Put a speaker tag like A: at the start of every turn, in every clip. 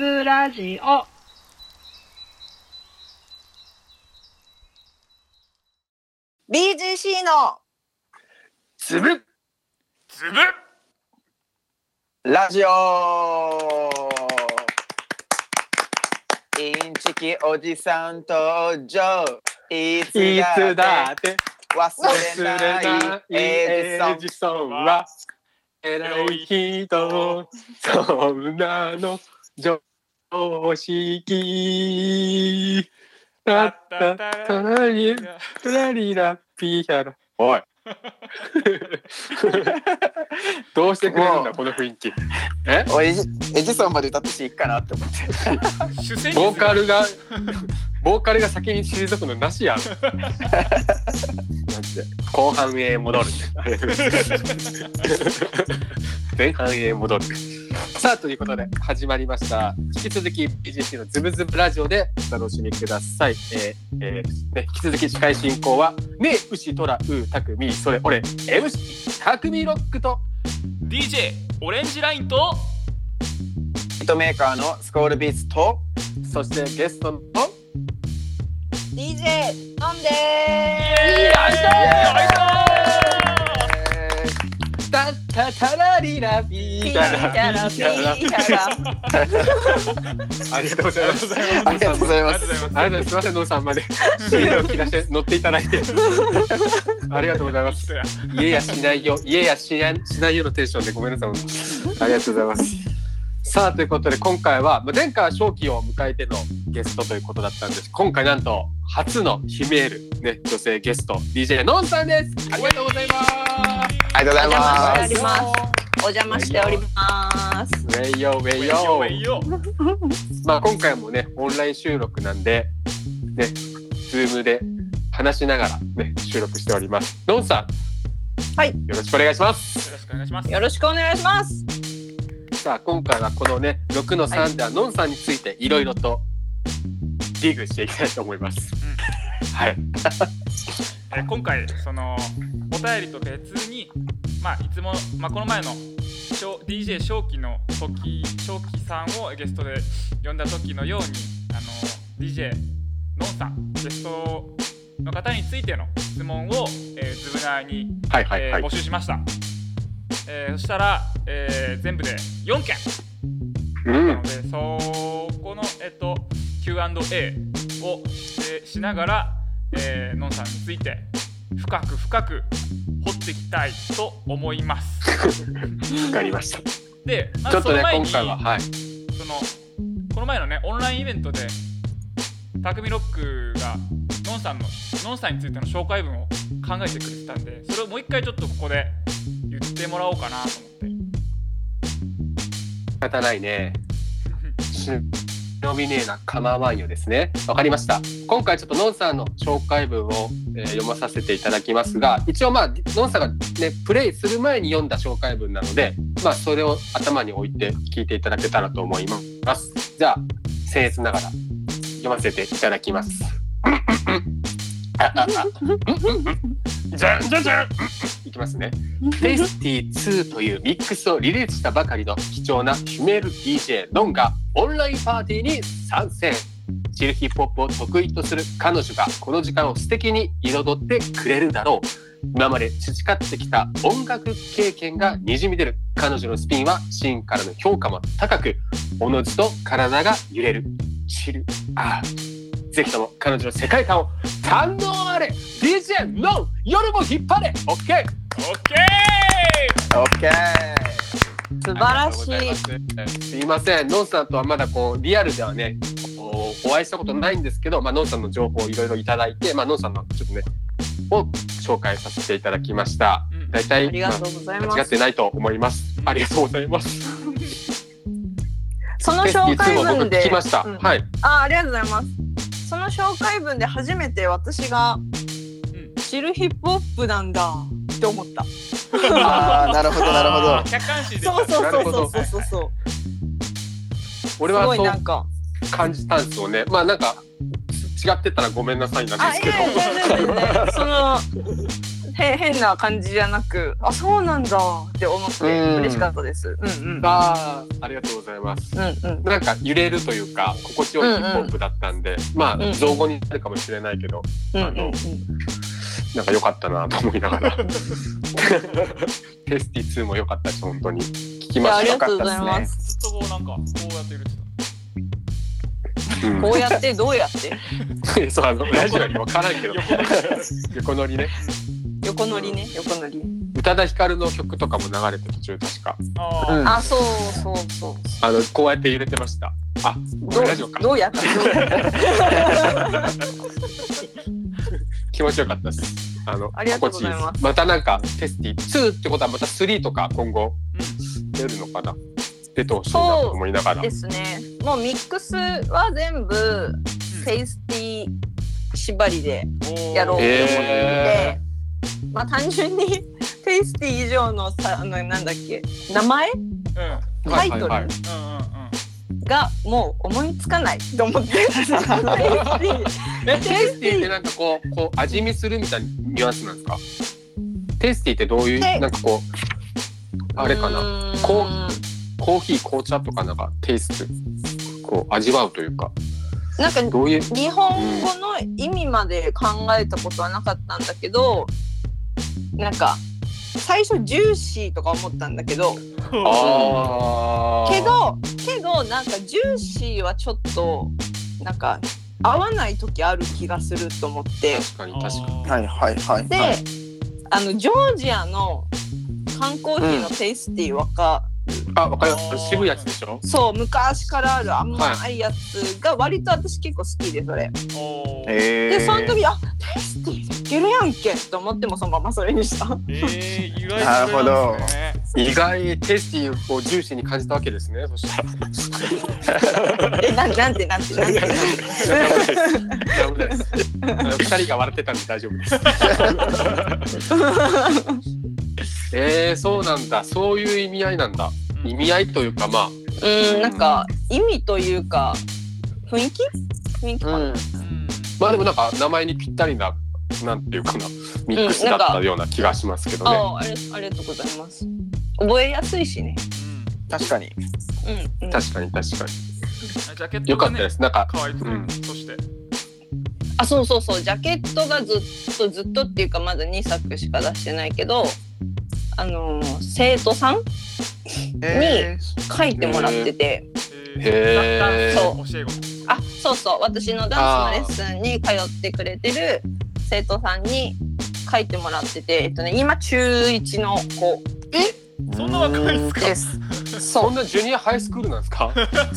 A: ジオ。
B: BGC の
C: つぶ
D: つぶ
C: ラジオインチキおじさん登場いつ
E: いつだ
C: だ
E: って
C: って忘
E: 忘
C: れ
E: れ
C: な
E: ないい
C: エ
E: エ
C: ジソン
E: ジソンは偉い人そんなの常識だったたら りたらりらピーヒャラおい どうしてくれるん
C: もう
E: だこの雰囲気え
C: おいエジエジソンまで歌ってしいっかなって思って
D: 主戦
E: ボーカルがボーカルが先に退くのなしやん後半へ戻る前半へ戻るさあということで始まりました引き続き BGC のズブズブラジオでお楽しみください、えーえーね、引き続き司会進行はねえうしとらうたくみそれ俺 MC たくみロックと
D: DJ オレンジラインと
C: ヒットメーカーのスコールビーツと
E: そしてゲストの
B: DJ 飲んで
D: いらっしゃい
E: タッタタラリラビー
B: ーキャ
E: ダ
B: ラ
E: ラ
B: キャラ
E: ビ
B: キ
E: ーダラ
B: ャラ
E: ありがとうございます。
C: ありがとうござい
D: あり
C: ま
D: がとうござい
C: す
D: ます
E: ありがとうございます。すみません、のんさんまで。シールを切らして乗っていただいて。ありがとうございます。家やしないよ、家やしやしないよのテンションでごめんなさい。本当にありがとうございます。さあ、ということで、今回は、まあ前回は正気を迎えてのゲストということだったんです。今回なんと、初のヒメール、ね、女性ゲスト、DJ のんさんです。ありがとうございま
C: ありがとうござい
B: あ
C: ま
B: り
C: す
B: がとうございますお邪魔しております
E: す。ウェイヨウェ
D: ウェ
E: イ
D: イ
E: ヨ
D: ヨ
E: ー
D: ウェイヨー
E: まあ、今回もねオンライン収録なんでね Zoom で話しながらね収録しておりますのんさん
B: はい
E: よろしくお願いします
D: よろしくお願いします
B: よろしくお願いします
E: さあ今回はこのね6の3ではのんさんについていろいろとディグしていきたいと思います、はい
D: え今回そのお便りと別にまあいつも、まあ、この前のしょ DJ 正気の時正気さんをゲストで呼んだ時のようにあの DJ のんさんゲストの方についての質問を、えー、ズブナーに、
E: はいはいはい
D: えー募集しました、えーそしたら、えー全部で4件
E: う
D: なの
E: ん
D: で、そこの、えっと、Q&A をしてしながら、えーのんさんについて深く深く掘っていきたいと思 います。
E: わかりましたち
D: で、ま
E: ょ
D: ず
E: っ
D: そ
E: と
D: の
E: ね
D: 前
E: 今
D: に
E: 回ははい
D: そのこの前のねオンラインイベントで匠ロックがのんさんののんさんについての紹介文を考えてくれてたんでそれをもう一回ちょっとここで言ってもらおうかなと思って。
E: 仕方ないね。忍びねえな構わんよですね。わかりました。今回ちょっとのんさんの紹介文を、えー読まさせていただきますが、一応まあのんさんがねプレイする前に読んだ紹介文なので、まあそれを頭に置いて聞いていただけたらと思います。じゃあ僭越ながら読ませていただきます。じゃんじゃじゃん。いきますね。テイスティ2というミックスをリリースしたばかりの貴重なヒメール DJ ノンがオンラインパーティーに参戦チルヒップホップを得意とする彼女がこの時間を素敵に彩ってくれるだろう今まで培ってきた音楽経験がにじみ出る彼女のスピンはシーンからの評価も高くおのずと体が揺れるチルアーぜひとも彼女の世界観を堪能あれ DJ ノン夜も引っ張れ OK!
D: オッケー
C: オッ ケー
B: 素晴らしい
E: すいません、のんさんとはまだこうリアルではね、こうお会いしたことないんですけど、まあのんさんの情報をいろいろいただいて、まあのんさんのちょっとねを紹介させていただきました。
D: うん
E: 大体
B: ありがとうござい
E: まあ
B: ま
E: 間違っ
B: す
E: てないと思います。ありがとうございます。
B: その
E: い
B: 紹介文
E: つも僕聞
B: で
E: きました。
B: うん
E: はい。
B: あありがとうございますその紹介文で初めて私が
D: うん
B: 知るヒップホップなんだって思った
C: あーなるほどなるほ
D: あー
C: ど
D: 客観視で
B: そうそうそうそう
D: なる
B: そうそう
E: 俺
B: す
E: は
B: ごい
E: そ
B: なん
E: う
B: か
E: 感じたんですよね。まあなんか違ってたらごめんなさいなん
B: あ
E: で
B: い
E: す
B: やいや
E: け
B: 全然全然そのへ変な感じじゃなくあそうなんだって思って
E: うん
B: 嬉しかったですうんうん
E: あーありがとうございます。
B: うんうん
E: なんか揺れるというか心地よいヒップホップだったんで、ま
B: う
E: あ
B: ん
E: 造語になるかもしれないけど、
B: うん
E: あの
B: うん
E: なんか良かったなと思いなが らテスティ2も良かったし本当に聞き
B: いや
E: ま
B: あ
E: した
B: りがとう
E: 良
B: ご
E: かった
B: ざいま
E: です
B: す
D: ずっとこうなんかこうやってるって
E: ね
B: こうやってどうやって
E: うんそうあのラジオにも分から んけど横
D: 横に
E: 乗りね
B: 横乗りね横乗り
E: 宇多田ヒカルの曲とかも流れて途中確か
D: あ
E: う
D: あ、
E: ん
B: あそうそうそう
E: あのこうやって揺れてましたあこ
B: ど
E: れラジオ
B: う
E: か
B: どうやってどうやって
E: 気持ちよかったですあの
B: ありがとうございます
E: 心地ですまたなんかテスティ2ってことはまた3とか今後
D: う
E: 出るのかな出てほしいなと思いながら
B: ですねもうミックスは全部フェイスティー縛りで
D: ん、おー
B: やろうと思っていて、
E: え
B: まあ単純に フェイスティ以上のさあのなんだっけ名前
D: うんうんうん
B: タイト
E: は
B: ル、
E: いはい
D: うんうん
B: がもう思いつかないと思ってフェイスティ
E: えテイスティってなんかこうこう味見するみたいなニュアンスなんですかテイスティってどういう
B: え
E: なんかこう あれかな
B: な
E: こコーヒー紅茶とかなんかテイストこう味わうというか
B: なんか
E: どういう
B: 日本語の意味まで考えたことはなかったんだけどなんか最初ジューシーとか思ったんだけど
E: あー
B: けどけどなんかジューシーはちょっとなんか合わない時ある気がすると思って
E: 確かに確かに
D: に
C: はいはいはい
B: で、
C: はい
B: あのジョージアの缶コーヒーのテイスティーわか、
E: あわかります渋いやつでしょ
B: そう昔からある甘いやつが割と私結構好きでそれ、
D: おー
C: えー
B: でその時あテイスティーいけるやんけと思ってもそのままそれにした
D: えー、意外
C: なるほど
D: とね
E: 意外テイスティをジューシーに感じたわけです ねそしたら
B: えなんなんてなんてなん
E: 大
B: て
E: 丈夫ですあの二人が笑ってたんで大丈夫 ですえー、そうなんだそういう意味合いなんだ
D: うん
E: 意味合いというかまあ
B: うんなんか意味というか雰囲気雰囲気かな、
E: うんまあでもなんか名前にぴったりななんていうかなミックスだったような気がしますけどね、
B: ああありありがとうございます覚えやすいしね
D: うん
C: 確かに
B: うん、うん、
E: 確かに確か
D: ジャケッ
E: によ
D: ト
E: か
D: が
E: った
D: ね
E: ですなんか
D: 可愛いです
E: う
D: ね
E: ん。
D: そして、
B: あそうそうそうジャケットがずっとずっとっていうかまだ2作しか出してないけどあのー生徒さん
C: え
B: 書いてもらってて、
E: へー
D: ダンス教え子。
B: あそうそう私のダンスのレッスンに通ってくれてる生徒さんに書いてもらってて、えっとね、今中1の子
C: ー
D: そんな若いんすか
B: です。そ
E: こ
B: うん
E: なジュニアハイスクールなんですか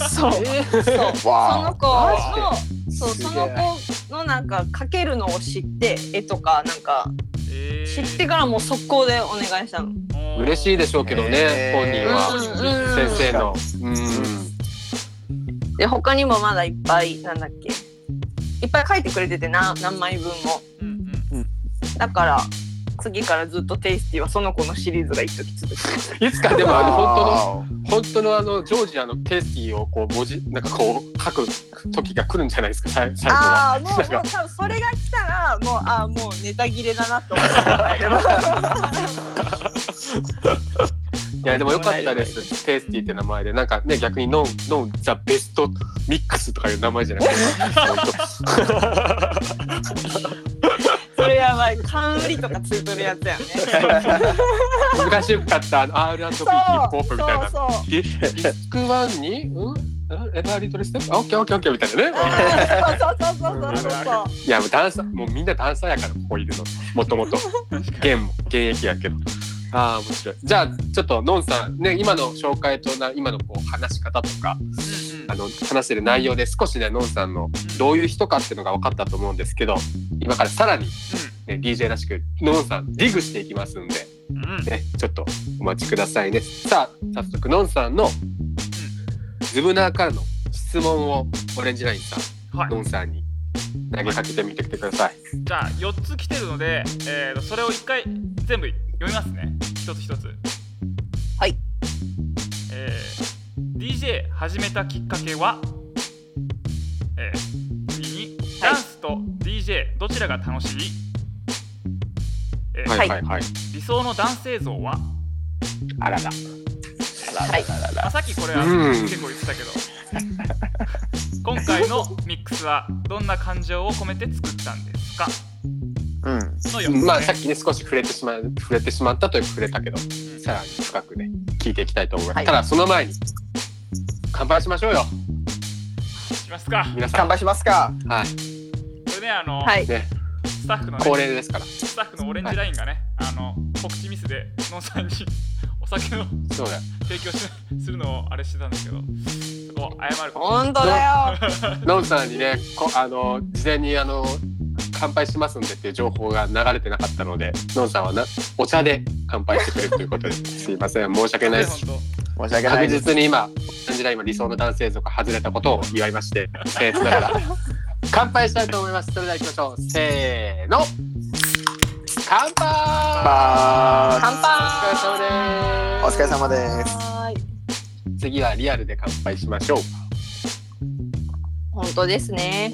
B: そうそう
C: ー
B: その
C: わ
B: 子
E: マ
B: のそう
C: すげ
B: そ
C: え
B: の子のなんか書けるのを知って絵とかなんか
D: え
B: 知
D: ー
B: ってからもう速攻でお願いしたの。
E: 嬉しいでしょうけどね
C: へー
E: 本人
B: うん
E: は先生のうん
B: で他にもまだいっぱいなんだっけいっぱい書いてくれててな何枚分も
D: うんうん
B: だから次からずっとテイスティはその子のシリーズが一時続く
E: いつかでもあの本
C: わー
E: 当の本当のあのジョージアのテイスティをこう文字なんかこう書く時が来るんじゃないですか最最後は
B: ああもうもう多分それが来たらもうああもうネタ切れだなと思 って
E: いやでもよかったですテイスティって名前でなんかね逆にノンノンザベストミックスとかいう名前じゃなくて本
B: それやばい缶売りとかついてるやつ やね
E: 当難しかったあの R&B ヒ
B: そう
E: ップホップ
B: そう
E: みたいな
B: そう
E: リスクワンに、うん、エバーリトルステップ、オッケーオッケーオッケーみたいなね。
B: あーそうそうそうそうそうそう
E: いや、もうダンサー、もうみんなダンサーやから、ここいるの。もともと。現も、現役やけど。ああ、面白い。じゃあ、ちょっと、のんさん、ね、今の紹介とな、今のこう話し方とか、あの、話してる内容で少しね、のんさんのどういう人かっていうのが分かったと思うんですけど、今からさらに、ね、DJ らしく、のんさん、ディグしていきますんで、
D: うんうんうん
E: ね、ちょっとお待ちくださいね。さあ、早速、のんさんの、ズブナーからの質問を、オレンジラインさん、
D: はい
E: のんさんに投げかけてみてください。
D: じゃあ四つ来てるので、えーと、それを一回全部読みますね。一つ一つ。
B: はい。
D: えー、DJ 始めたきっかけは、えー、次に
B: は
D: ダ
B: い
D: ンスと DJ どちらが楽しい、え
E: はい
B: は
E: はいいはい。
D: 理想の男性像は、
E: あらら。
B: はい
E: あららら
D: ま
E: ら
D: あ、さっきこれは
E: うん
D: 結構言ってたけど 今回のミックスはどんな感情を込めて作ったんですか
C: うん。
D: の
E: うんまあ
D: 4つ
E: さっきね少し触れてしまう触れてしまったという触れたけど、
D: うん
E: さらに深くね聞いていきたいと思います。
B: はい
E: ただその前に乾杯しましょうよ
D: しますか
E: 皆さ
C: 乾
E: ん。
C: 杯しますか。
E: はい。
D: これねあの、
B: はい。
E: ね
D: スタッフの、
E: 恒
D: ね、
E: 例ですから。
D: スタッフのオレンジラインがね、あの告知ミスでノンさんに お酒を
E: そうだ。
D: 提供しするのをあれしてたんですけどそこ謝る
B: 本当だよ。
E: ノンさんにねこあの事前にあの乾杯しますんでっていう情報が流れてなかったのでノンさんはなお茶で乾杯してくれるということですいません申し訳ないです。
D: 本
C: 申し訳な
E: 確
C: いです。
E: 実に今感じら今理想の男性像が外れたことを祝いまして僭越ながら乾杯したいと思いますそれでは行きましょうせーの乾杯
B: 乾杯
E: お疲れ様
C: お疲れ様
E: です
C: です。
B: はーい。
E: 次はリアルで乾杯しましょう
B: 本当ですね。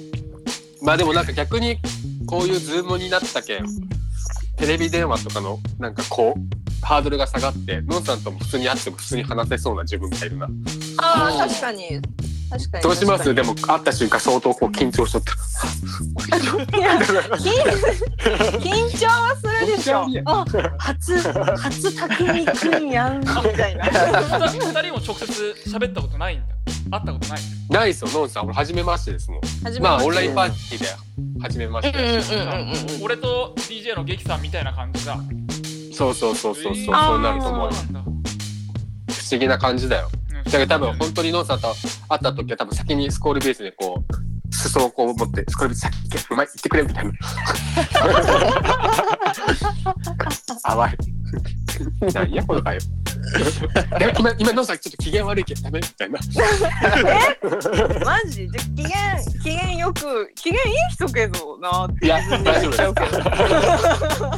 E: まあでもなんか逆にこういうズームになったけんテレビ電話とかのなんかこうハードルが下がってのんさんとも普通に会っても普通に話せそうな自分がいるな
B: あ
C: うん
B: あ、確かに。確かに。
E: どうしま
B: 確
E: すでも会った瞬間相当こう緊張しとった
B: かにいや緊緊張はするでしょ
E: 緊張。
B: あ、初、初匠くんやんみたいな。
D: 当二人二人も直接喋ったことないんだ会ったことない
E: ないっすよのんさん俺初めましてですもん
B: 初め
E: ま
B: ま
E: あ
B: して
E: オンラインパーティーで初めまして、
B: うんうんうんうんうん。
D: 俺と DJ の劇さんみたいな感じだ
E: そうそうそうそうそう、
D: えー
E: そうなると思う
D: あ
E: よ
D: ーそうなんだ
E: 不思議な感じだよだから 多分本当にのんさんと会った時は多分先にスコールベースでこう裾をこう持ってスコールベース先行けお前行ってくれみ たいな淡いなんやこの会話で今今のんさんちょっと機嫌悪いけどダメみたいな
B: マジで機嫌機嫌よく機嫌いい人けどなって
E: いや大丈
B: 言っちゃう
E: 夫
B: け
E: で
B: ど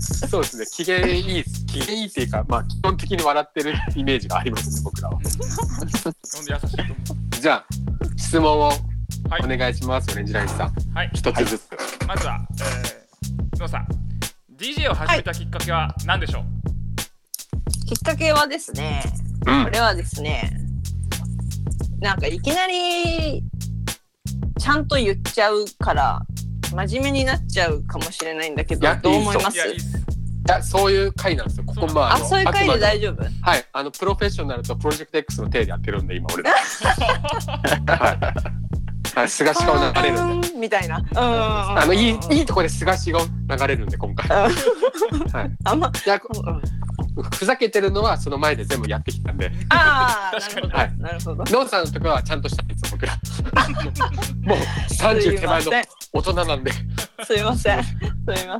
E: すそうですね機嫌いい機嫌いいっていうかまあ基本的に笑ってるイメージがあります僕らは
D: 飲んで優しいと思
E: じゃあ質問を
D: うはい
E: お願いします、オレンジラインさん
D: はい
E: 一つずつ、
D: まずは、えー、のさん DJ を始めたきっかけは何でしょう、
B: きっかけはですね
E: うん
B: これはですねなんかいきなりちゃんと言っちゃうから真面目になっちゃうかもしれないんだけ
E: い
B: ど
E: や
B: どう思いま
D: い、
B: す
D: やいいっす
E: いやそういう回なんですよ。ここまあ
B: あ
E: あの
B: そういう回
E: あ
B: で
E: くま
B: 大丈夫
E: はいあのプロフェッショナルとプロジェクト X の手でやってるんで今 俺ら。はい。はい、すがし顔流れるんで。
B: うんみたいなうん
E: あのいい
B: うん
E: いいとこですがし顔流れるんで今回。はい。
B: あんま
E: いやこ
B: うん
E: ふざけてるのはその前で全部やってきたんで。
B: ああな
D: 確か
B: るほ
D: に
B: ど、
E: はい
B: なるほど
E: ノンさんのとこはちゃんとしたんですよ 僕ら。もう三
B: す
E: 十
B: い
E: 手
B: ま
E: 前
B: せ
E: の
B: ん
E: 大人なんです
B: いませんすいません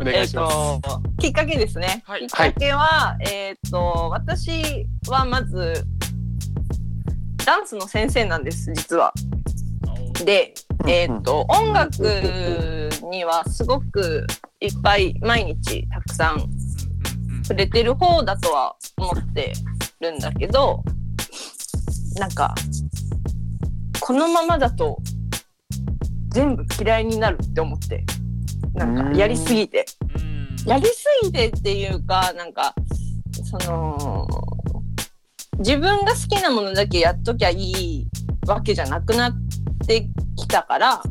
E: お願いします。
B: えっときっかけですね。
D: はい
B: きっかけは、えっと私はまずダンスの先生なんです実は。で、
C: うん
B: えっと音楽にはすごくいっぱい毎日たくさん触れてる方だとは思ってるんだけどなんかこのままだと全部嫌いになるって思ってなんかやりすぎて。やりすぎてっていうかなんかその自分が好きなものだけやっときゃいいわけじゃなくなってきたから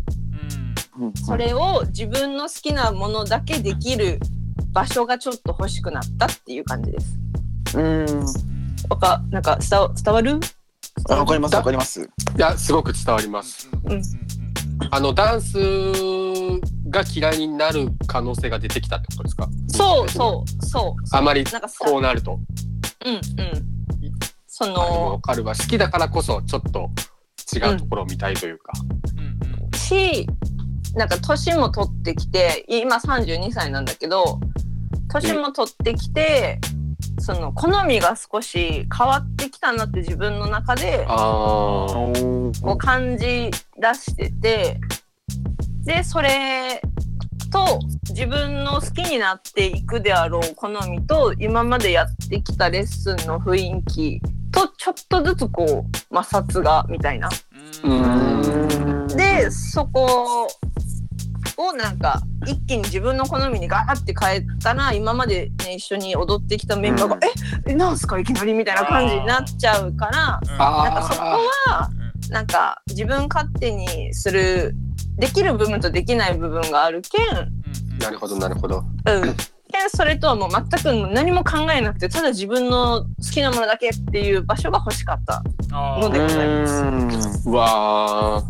B: それを自分の好きなものだけできる場所がちょっと欲しくなったっていう感じです。
C: うん。
B: わかなんか伝わ伝わる
C: あわかりますわかります。
E: いやすごく伝わります。あのダンスが嫌いになる可能性が出てきたってことですか。
B: そうそうそう。
E: あまり
B: なんかさ
E: こうなると。
B: うんうん。そ
E: あのわ
B: の
E: かるわ好きだからこそちょっと違うところを見たいというか、
B: しなんか年も取ってきて今32歳なんだけど年も取ってきて、その好みが少し変わってきたなって自分の中で
E: あ
C: お
B: こう感じ出しててでそれと自分の好きになっていくであろう好みと今までやってきたレッスンの雰囲気とちょっとずつこう摩擦がみたいな
E: うん
C: ー。
B: でそこをなんか一気に自分の好みにガーって変えたら今までね一緒に踊ってきたメンバーが
E: う
B: 「ええなんすかいきなり」みたいな感じになっちゃうから
D: あ
E: あ
B: なんかそこはなんか自分勝手にするできる部分とできない部分があるけん
E: ーなるほどなるほど。
B: うん、でそれとはもう全く何も考えなくてただ自分の好きなものだけっていう場所が欲しかった
D: あ
B: の
E: う
B: でございま
E: ーんわあ。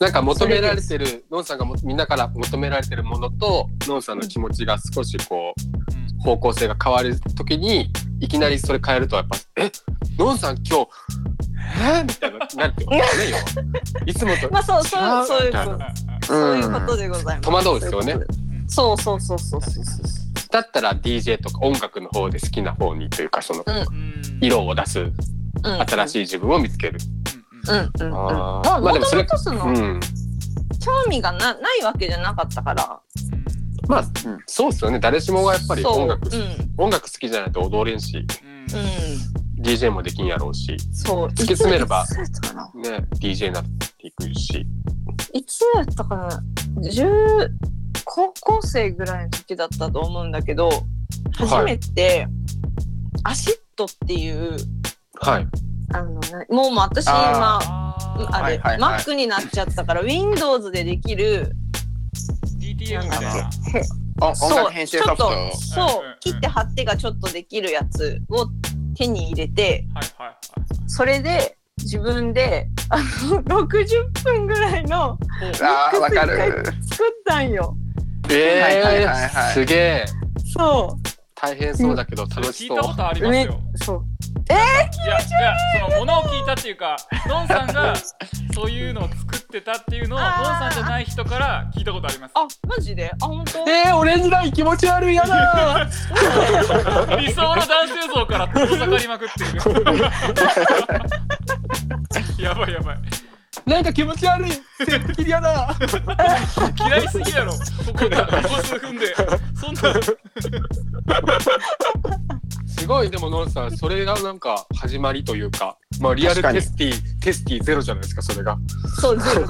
E: なんか求められてるのんさんがもみんなから求められてるものとのんさんの気持ちが少しこ
D: うん
E: う方向性が変わる時にいきなりそれ変えるとやっぱ「えのんさん今日えー、みたいななるってことだね要はいつもと
B: まあそうそうそういうこ
E: 違う
B: と
E: ん
B: そういうことでございます
E: 戸惑うですよね
B: そういうことですそうそうそうそうそう
E: だったら DJ とか音楽の方で好きな方にというかその
D: うん
E: 色を出す
B: うん
E: 新しい自分を見つける、
B: うんうんう
E: あ
B: んま
E: ー
B: あ
E: まあ
B: も
E: でもそ
B: と
E: れ
B: もとその
E: うん
B: 興味がなないわけじゃなかったから
E: まあ、うんそうっすよね誰しもがやっぱり
B: そう
E: 音楽
B: うんうん
E: 音楽好きじゃないと踊れんし DJ もできんやろうし、
B: そう突
E: き詰めれば
B: いつやったかな
E: ね、DJ になっていくし
B: いつやったかな10高校生ぐらいの時だったと思うんだけど初めて、アシットっていう
E: はい
B: あのなもうもう私今
E: あ
B: あ
E: は
B: れ、
E: いはいはい
B: Mac になっちゃったから Windows でできる
D: DTM みたい
B: なんだ
D: な
B: っ
C: お音
B: そ
C: 楽
B: う
C: 編
B: ち
C: 集
B: ょ
C: ソ
B: っ
C: フト
B: とそう
D: うんうんうん
B: 切って貼ってがちょっとできるやつを手に入れて
D: はいはい
B: それで自分であの60分ぐらいの
C: あーわか
B: ミック
C: る
B: 作ったんよ
E: えー
C: はいはいはいはい
E: すげえ
B: そ
E: 大変そうだけど楽し
D: 聞
E: そ
D: いた
E: う
D: ことありますよ。
B: うそう
D: いや、いや、そのものを聞いたっていうか、のんさんがそういうのを作ってたっていうのを、のん
B: あ
D: さ
B: ー
D: んじゃない人から聞いたことあります。
B: あマジであ本当
E: えー、オレンジライン気持ち悪いやだ
D: 理想の男性像から遠ざかりまくっ ている。やばいやばい。
E: なんか気持ち悪いセッキリやだ
D: 嫌いすぎやろ。ここだ、ここ数分で。そんな。
E: すごいでもノンさんそれがなんか始まりというかまあリア
C: 確
E: ル
C: かに
E: テスティテスティゼロじゃないですかそれが
B: そうゼロ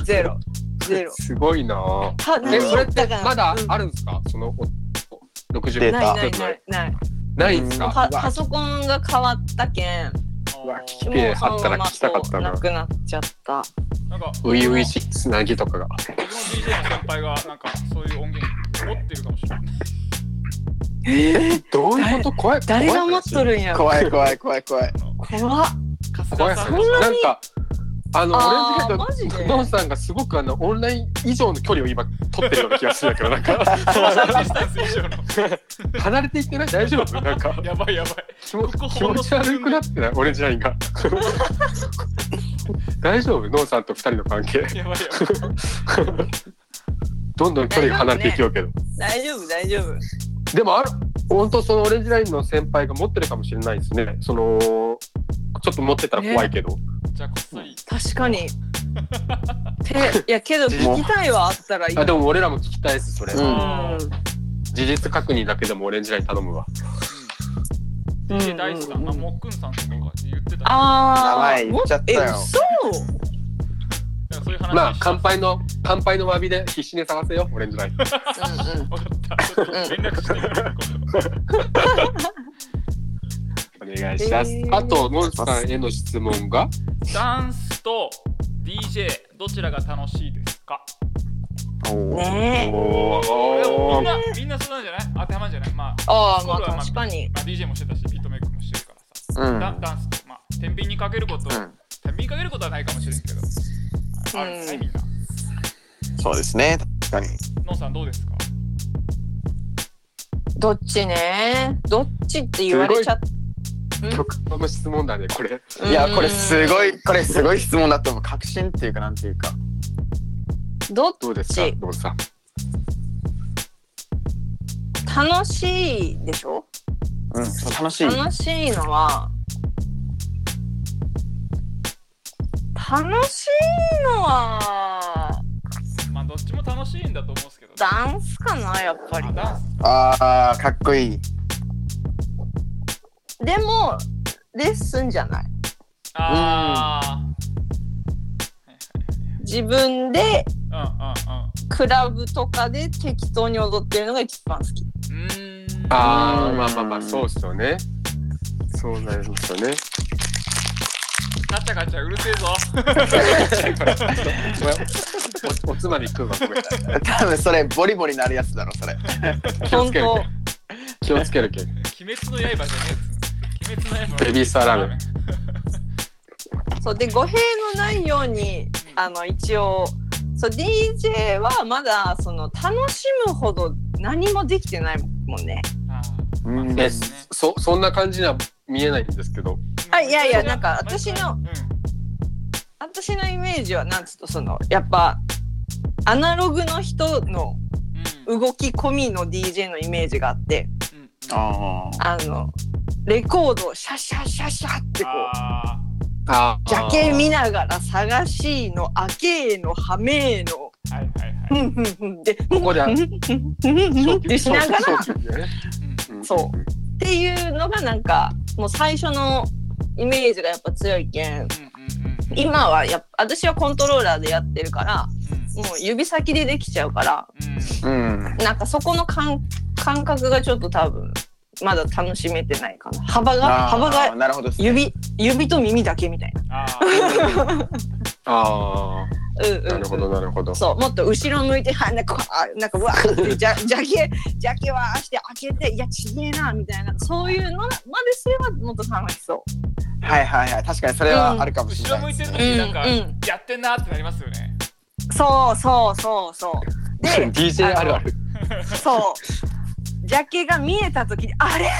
B: ゼロゼロゼロ
E: すごいなあ
B: は
E: えそれっ
B: だ
E: て
B: から
E: まだ
B: うん
E: あるんですか、そのお60
C: デー
B: ない
C: タ
B: ないないない
E: ないんですか、
B: パパソコンが変わったけん
C: うわ
B: も
E: いや
B: うその
E: あったら
B: まま
E: 聞きたかったな
B: そうくなっちゃった
D: なんか、
E: 初々しいつなぎとかが
D: 僕の DJ の先輩が、なんか、そういう音源持ってるかもしれない。
E: どういうこと怖い
B: 誰が持っと
E: る
B: るんやろ
C: 怖い怖い怖い怖い
B: 怖っ
E: 怖い
D: 春日
E: 話
D: さ
E: なんん
D: が
E: かあの
B: あ
E: オレ
B: ー
E: ンジ
B: マ
E: ヘ
B: ジ
E: ッ
B: で
E: ドのんさんがすごくあのオンライン以上の距離を今取ってるような気がするんだけどなん か
D: ディスタンス以上の。
E: 離れていってない大丈夫なんか
D: やばいやばい。
E: 気持
D: ここ
E: 気持ち悪くなってないオレンジライン が大丈夫のんさんと二人の関係
D: やばいやばい。
E: どんどん距離が離れていきようけど、
B: 大丈夫大丈夫
E: でもある本当そのオレンジラインの先輩が持ってるかもしれないですねそのちょっと持ってたら怖いけど、
D: じゃあこっそり。
B: 確か にていやけど聞きたいはあったらいい
E: あでも俺らも聞きたいですそれ、
C: うん
D: あー
E: 事実確認だけでもオレンジライン頼むわ
B: うん
D: で大地さん、あ、もっくんさんとかが言ってたね。
B: あー
C: 名前言っちゃったよ
B: え嘘
D: だからそういう話
E: まあ
D: し
E: 乾杯の乾杯の詫びで必死に探せよオレンジライン
D: わかった。ちょっと連絡してくる。
E: お願いします、
B: えー
E: あとモンさんへの質問が
D: ダンスと DJ どちらが楽しいですか？
B: ねえ
E: おー
D: これみんなみんなそうなんじゃない？当てはまんじゃない？まあ
B: ああ
D: これは
B: ま
D: ま
B: あ
D: あ
B: 確かに
D: まあ DJ もしてたしビートメイクもしてるからさ。
C: うん
D: ダンダンスとまあ天秤にかけること、
C: う
D: 天
C: ん
D: 秤にかけることはないかもしれんけど。ああるんじゃない
B: うん
D: みんな。
C: そうですね確かに
D: のんさんどうですか？
B: どっちねどっちって言われちゃっ
E: 曲の質問だねこれ
B: た
C: いやこれすごいこれすごい質問だと思う確信っていうかなんていうか
B: どっ
E: どうですか
B: ち
E: モンさん
B: 楽しいでしょ
C: うんそう楽しい
B: 楽しいのは楽しいのは
D: まあどっちも楽しいんだと思うんですけど。
B: ダンスかなやっぱり
D: あダンス。
C: あーかっこい い
B: でもレッスンじゃない
D: あ
B: 自分で
D: あ。うんうんうん。
B: 考クラブとかで適当に踊ってるのが一番好き。
D: ーん
E: ああ、
C: うん
E: まあまあまあ、そうっすよね。そうなりますよね。
D: ガチャガチャうるせえぞ
E: ごめんおおつまみ食うわ、ごめん。
C: 多分それボリボリなるやつだろそれ
E: 気を
B: 本
E: つける
B: 当
E: け。気をつけるけ。
D: 鬼滅の刃じゃねえやつ鬼滅の刃
E: ベビースターラーメン
B: そうで語弊のないようにあの一応そう DJ はまだその楽しむほど何もできてないもんね。
D: あー
C: うん
D: まあそう
E: え、
D: ですね
E: そ、そんな感じには見えないんですけど。
B: あいやいやなんか私の
D: うん
B: 私のイメージはなんつうとそのやっぱアナログの人の
D: うん
B: 動き込みの DJ のイメージがあって
D: うん
C: あ
B: あのレコードをシャシャシャシャってこう
D: あ
E: あ
B: ジャケ見ながら探しの開けのはめの
D: ーはいはい
B: ふ
D: はい
B: んふんふんで
E: ここで
B: ふんふんふんふんふんってしながらっ
D: うん
B: そうていうのがなんかもう最初のイメージがやっぱ強いけん
D: うんうんうん
B: 今はやっぱ私はコントローラーでやってるから
D: うん
B: もう指先でできちゃうから
D: うん
E: うん。
B: なんかそこの感感覚がちょっと多分まだ楽しめてないかな幅が
C: あ
B: 幅が
C: なるほどっすね
B: 指指と耳だけみたいな。
D: あー
E: あ
B: うん
E: あ、
B: うんうん
E: なるほど、なるほど。
B: そうもっと後ろ向いて はなんかあなんかうわーってじゃじゃけじゃけはして開けていやちげえなみたいなそういうのまですればもっと楽しそう。
C: はいはいはい確かにそれはあるかもし
D: 後
C: れ
D: ろ
C: な
D: 向
C: い
D: い
C: で
D: て
C: す
D: る
C: ね、
D: 時なんか
B: うんうん
D: やってんなってなりますよね
B: そうそうそうそう。で
E: DJ あるある。
B: そう。ジャケが見えた時にあれ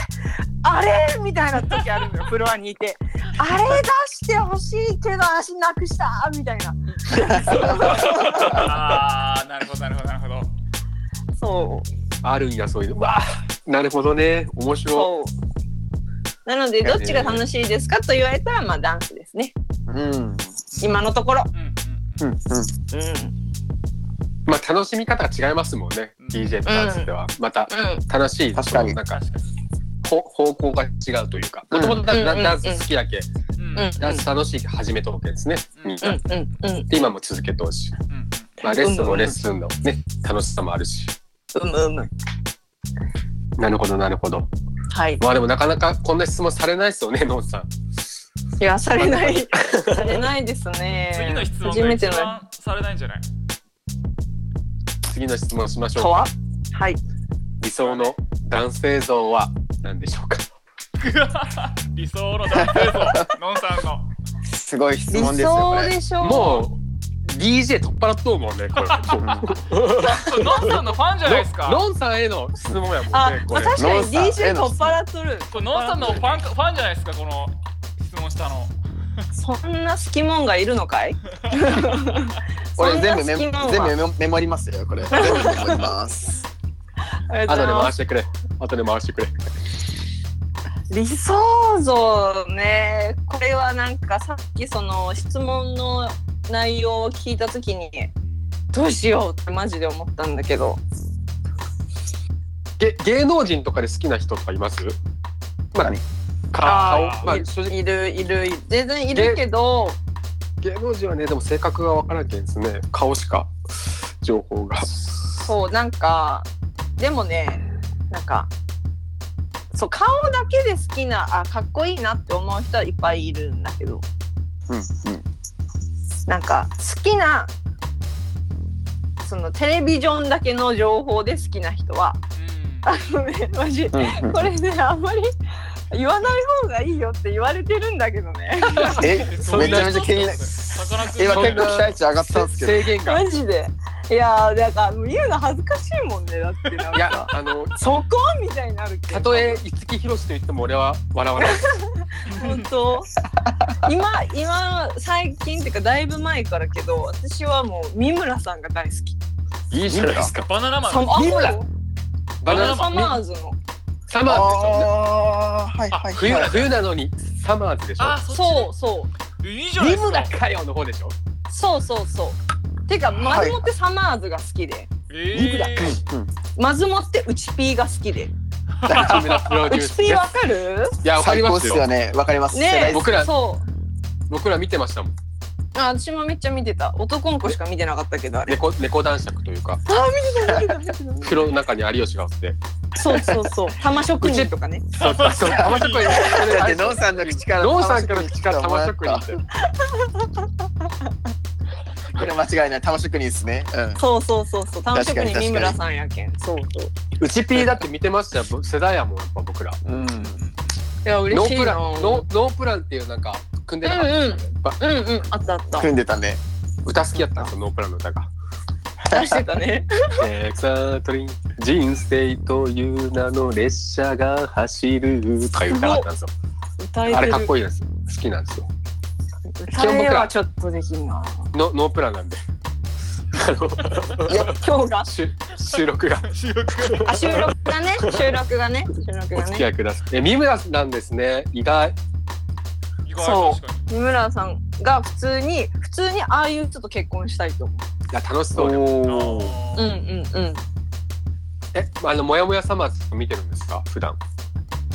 B: あれみたいな時あるのよフロアにいてあれ出してほしいけど足なくしたみたいな
D: ああなるほどなるほどなるほど
B: そう
E: あるんや、そういうの。わあ、なるほどね。面白い。
B: そうなのでどっちが楽しいですかと言われたらまあダンスですね
C: うん
B: 今のところ
D: うんう
C: うんうん
D: ん
B: うんうん
E: まあ、楽しみ方が違いますもんね。DJ とダンスでは。また、楽しい。
C: 確かに
E: そのなんか、
D: 確かに
E: ほ方向が違うというか。
C: う
E: も
C: ん
E: ともとダ
B: うんうんうん
E: ダンス好きだけ。
D: うん
B: うん
D: うん
E: ダンス楽しいけ始めたわけですね。
D: うん
E: みん
B: う
E: なん
B: うんうん
E: で今も続けてほしい。
D: うん
E: まあ、レッスンもレッスンのね、楽しさもあるし。
B: うむうむ
E: なるほど、なるほど。
B: はい
E: まあでもなかなかこんな質問されないですよね、ノンさん。
B: いやされないされないですね
D: 次の質問
B: 初
D: が
B: め
D: 一
B: ての
D: 番されないんじゃない
E: 次の質問しましょう
B: と
E: か。
B: ははい
E: 理想の男性像は何でしょうか。
D: 理想の男性像のんさんの
C: すごい質
B: 理
C: 問ですよこ
B: 想
C: れ
B: でしょ
E: もう DJ 取っ払っとうもんね、こ れ。
D: そうのんさんのファンじゃないですか
E: ノンさんへの質問やもん
B: あ
E: ね、、こ
B: まあ、
E: れ。
B: 確かに
C: ノンスター
B: DJ 取っ払っとる。
D: これのんさんのファンかファンじゃないですかこの質問したの
B: そんな好きもんがいるのかい？
C: 俺全部
B: そんな
C: メ
B: 好きもんは
C: 全部メモメモりますよこれ全部メモります
B: ありが
E: 後で
B: とうございま
E: 回
B: す
E: してくれ。後で回してくれ。
B: 理想像ね、これはなんかさっきその質問の内容を聞いたときにどうしようってマジで思ったんだけど、
E: げ芸能人とかで好きな人とかいます？まあ
C: 何、
E: 顔、
D: あー
E: まあ
B: い
E: 正直
B: いるいる全然いるけど、
E: 芸能人はね、でも性格がわからんけんですね。顔しか情報が。
B: そうなんかでもね、なんか。そう顔だけで好きなあかっこいいなって思う人はいっぱいいるんだけど
C: うんうん
B: なんか好きなそのテレビジョンだけの情報で好きな人は
D: うん
B: あのねマジ
C: うんうん
B: これねあんまり言わない方がいいよって言われてるんだけどね
C: えめちゃめちゃ気になる
D: さかなクン
C: 今結構
D: そ
C: 期
D: うだよ
C: 待値上がったんですけど
E: 制限が。
B: マジでいやーなんかもう言うの恥ずかしいもんねだってなん
E: い
B: か
E: や、あの、
B: そこみたいになるけど
E: たとえ五木ひろしと言っても俺は笑わない。
B: 本当今今最近っていうかだいぶ前からけど私はもう三村さんが大好き
E: いいじゃないですか。
D: バナナマン
B: サマ
E: 三村
B: バ
E: バ
B: ナ
E: ナ
B: ナ
E: ナ
B: サ
E: マン。
B: マーズの
E: サマーズでしょ。
C: あーはいはいはい
E: 冬な冬なのにサマーズでしょ
D: あ。そっち
B: そうそう
D: ういいじゃない
E: リ
D: です
E: ム
D: か
E: だかよの方でしょ。
B: そうそうそう。てか、マズモってサマーズが好きで、
D: え
C: リブだ
D: ー
C: うん
B: マズモってウチピーが好きで。
E: 内村プロデ
B: ウ
E: ュー
B: チ
E: ス
B: ピ
E: です。
B: ーわかる？
E: いやわか
C: 最
E: り
C: 高
E: ま
C: っ
E: す
C: す
E: よ
C: よ。ねわかります世
B: ねえ、
C: 代
E: 僕ら
B: そ
E: 僕ら見てましたもん。
B: あ私もめっちゃ見てた男の子しか見てなかったけど あれ
E: 猫猫男爵というか
B: あ見てた見てた見て
E: 袋の中に有吉がおって
B: たそうそうそう玉職人とかね
E: そうそうそう玉職人
C: だってノーさんの口から
E: ノーさんから口から玉職人って
C: これ間違いない玉職人ですね、うん、
B: そうそうそうそう玉職
C: 確か
B: 人
C: に
B: 三村さんやけんそうそう
E: うちピーだって見てましたよ世代やもんやっぱ僕ら
C: うん、
B: いや
E: ノ
B: 嬉し
E: ー
B: い
E: プラ
B: な
E: ンノーノープランっていうなんか組んでなかった、
B: うんうんうんあったあった
C: 組んでたね。
E: 歌好きやったんですよノープランの歌が
B: 出してたね
E: エクサトリン人生という名の列車が走るとかいう歌があったんですよ
B: 歌えて る
E: あれかっこいいです好きなんですよ
B: 歌えはちょっとできんな
E: ノノープランなんであの
B: 今日が
E: 収収録が
D: 収録
B: あ収録がね収録がね収録
E: お
B: が
E: 付き合
B: ね
E: いくださいえ三村なんですね意外
D: 意
B: そ
D: 外
B: う
D: 確かに
B: 三村さんが普通に普通にああいう人と結婚したいと思
E: いや楽しそうで
C: おお。
B: ううんうんうん
E: えあのもやもやさまつ見てるんですか普段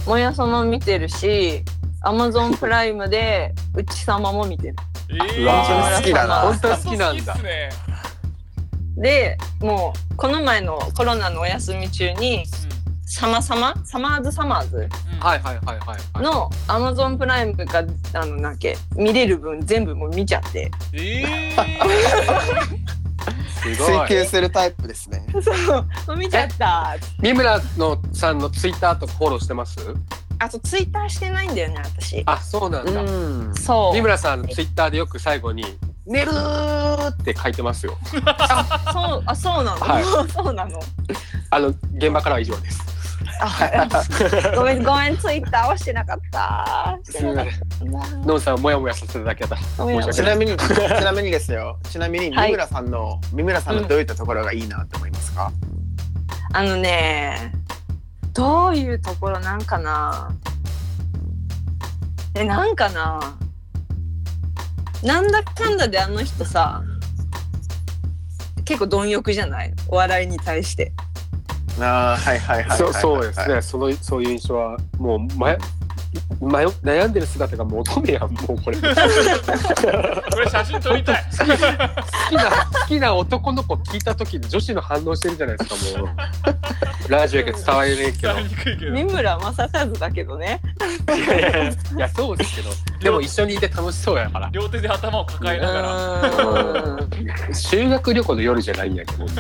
B: もやさま見てるしアマゾンプライムでうちさまも見てる
D: え
E: う
D: ー
E: わ
C: ー好きだな
E: 本当好きなん
D: 本当好
E: だ
D: きっすね
B: でもうこの前のコロナのお休み中に「さまさまサマーズサマーズ」
D: うんうん
E: はいはいはいはいはい
B: のアマゾンプライムがあのなんけ見れる分全部もう見ちゃって
D: え
E: すご
C: 追
E: い
C: 求するタイプですね。
B: そう 見ちゃった
E: 三村のさんのツイッターとかフォローしてます
B: あとツイッターしてないんだよね私
E: あそうなんだ、
C: ん
B: そう
E: 三村さんのツイッターでよく最後に「寝る!」って書いてますよ
B: そうあそうなの、
E: はい
B: そうなの
E: あの現場からは以上です
B: あ ごめんごめんツイッターはしてなかったしてなかった
E: ノンさんをモヤモヤさせただけだ
B: ごめん
E: 申し
C: ち
E: 訳
C: なみ に、ちなみにですよ。ちなみに、
B: はい
C: 三村さんの、三村さんのどういったところがいいなって思いますか。
B: あのねどういうところなんかなえなんかななんだかんだであの人さ結構貪欲じゃないお笑いに対して
C: ああ、はいはいはいはいはい
E: そ
C: はい。
E: うそうですねそのそういう印象はもう迷迷悩んでる姿がもう乙女やんもうこれ好
D: ー、 これ写真撮りたい。
E: きな好きな男の子聞いた時に女子の反応してるじゃないですかも うラジオやけど伝わりねえけど
D: 伝わりにくいけど。
B: 三村正和だけどね
E: いやいやいやいやそうですけどでも一緒にいて楽しそうやから
D: 両手で頭を抱えながら。
E: 修学旅行の夜じゃないんやけど
B: や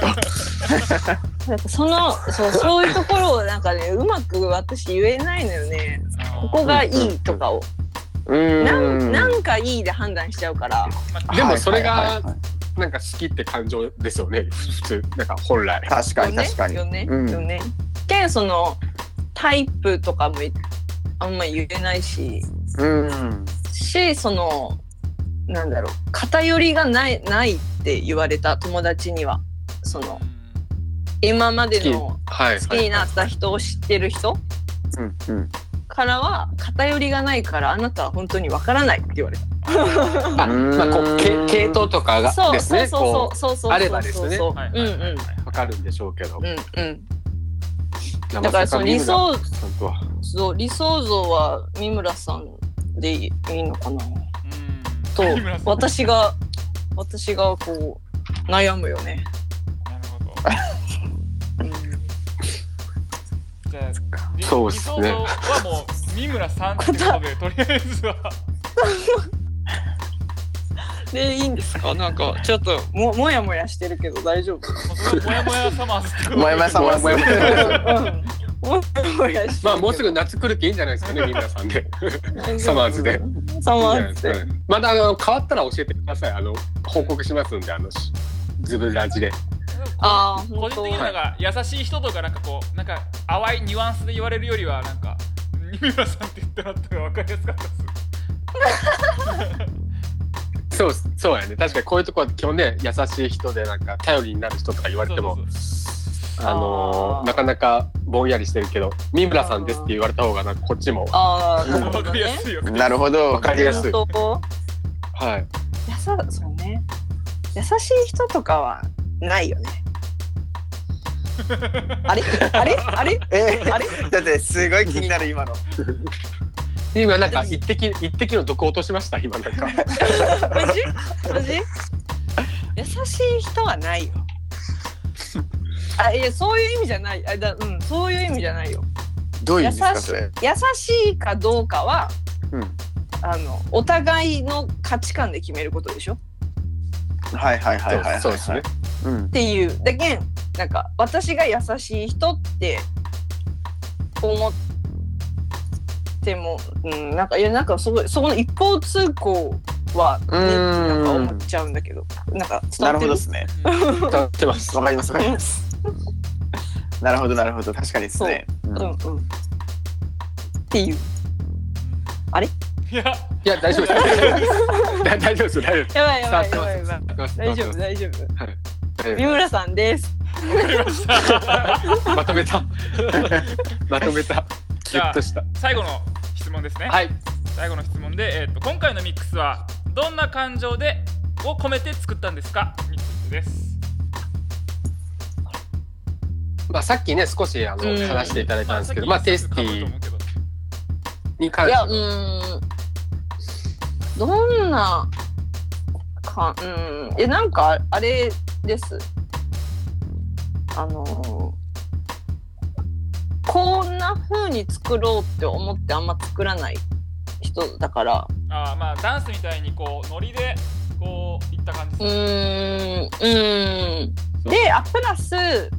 B: っぱそのそうそういうところをなんかねうまく私言えないのよねここがいいとかを
E: うん
B: なんなんかいいで判断しちゃうから
E: でもそれが
C: はいはいはい
E: なんか好きって感情ですよね普通なんか本来
C: 確かに、確かに。
B: よね。
C: うん
B: よね。けんそのタイプとかもいあんま言えないし、
C: うん。
B: しそのなんだろう偏りがないないって言われた友達にはその今までの
E: はい
B: 好きになった人を知ってる人
C: うん。うん。
B: からは偏りがないからあなたは本当にわからないって言われた。
E: あまあこうけ系統とかが
B: そう
E: です
B: そう
E: ね
B: そ
E: こ
B: うそうそうそうそうそう。
E: あればですね
B: うん
D: はいは
B: う
D: い
B: ん
D: はいはい
E: わかるんでしょうけど
B: うんうん。
E: だ
B: だからその理想
E: さんとは
B: 像理想像は三村さんでいいのかな。と
D: うん。三村さん
B: 私が私がこう悩むよね。
D: なるほど。じゃあ理
E: そうっすね
D: 理想はもう三村さんってことでとりあえずは。
B: でいいんですかなんかちょっとももやもやしてるけど大丈夫。
D: もうそれはもやもやサマーズってことで
C: もや もやサマーズ
E: もやもや
B: うんもやもやしてる
E: まあもうすぐ夏来るけいいんじゃないですか ね皆さんでサマーズで。
B: サマ
E: いいん
B: ーズ
E: じゃないです
B: で。
E: かねまたあの変わったら教えてくださいあの報告しますんであのしズブラジで
B: ああ
D: 個
B: 本
D: 人
B: 当
D: 的になんか優しい人とかなんかこうなんか淡いニュアンスで言われるよりはなんか三村さんって言ってもらったら分かりやすかったです。
E: そうそうやね確かにこういうとこは基本ね優しい人でなんか頼りになる人とか言われても
D: そうそう
E: あの
B: あ
E: ー
B: ー
E: なかなかぼんやりしてるけど三村さんですって言われた方がなんかこっちも
B: ああなる
D: そう分
B: ほど
D: かりや
B: ね。
D: すいよ。
C: なるほど。
E: わかりやすい
B: 本当
E: はい
B: やさそうね優しい人とかはない よね。あれあれあれ
C: え
B: あれ
C: だってすごい気になる今の
E: 今なんか一滴一滴の毒落としました今なんか
B: マジマジ優しい人はないよあいやそういう意味じゃないあだうんそういう意味じゃないよ
C: どういう意
B: 優
C: 味
B: し
C: ですかそれ
B: 優しいかどうかは、
E: うん
B: あのお互いの価値観で決めることでしょっ
C: はいはいはいはいはい
E: そうです ね
C: うん
B: ていうだけんなんか私が優しい人って思っても、うん、なんかいやなんかすごいそこの一方通行は、ね、
E: うーん
B: なんか思っちゃうんだけどなんか伝
C: な
B: わ
C: るほ
B: ってる
C: どですね
E: 伝わってます
C: わかりますわかりますなるほどなるほど確かにですねうん
B: うんうんっていうあれ
D: いや
E: いや大丈夫です大丈夫です大丈夫です
B: やばいやばい
E: 伝
B: や
E: わ
B: ばい
E: って
B: やばい
E: ます
B: 大丈夫大丈夫
E: 大
B: 三
E: 丈
B: 村さんです
D: わかりました
E: 夫まとめた まとめた
D: じ
E: ギ
D: ゃ
E: ュ
D: あ
E: ッとした
D: 最後の質問ですね、
E: はい
D: 最後の質問で、えー、と今回のミックスはどんな感情でを込めて作ったんですかについてです
E: まあさっきね少しあの
B: うん
E: 話していただいたんですけどま
D: まあ
E: あ
D: さっ
E: テ
D: き
E: ス
D: の
E: テ
D: かぶる
E: ィ
D: と思うけど
E: に関
B: いや
E: し
B: う
E: て
B: ーんどんなかうんえなんかあれですあのーこんな風に作ろうって思ってあんま作らない人だから
D: あーまあダンスみたいにこうノリでこういった感じ
B: う
D: です
B: ーんうーん
E: そう
B: であプラス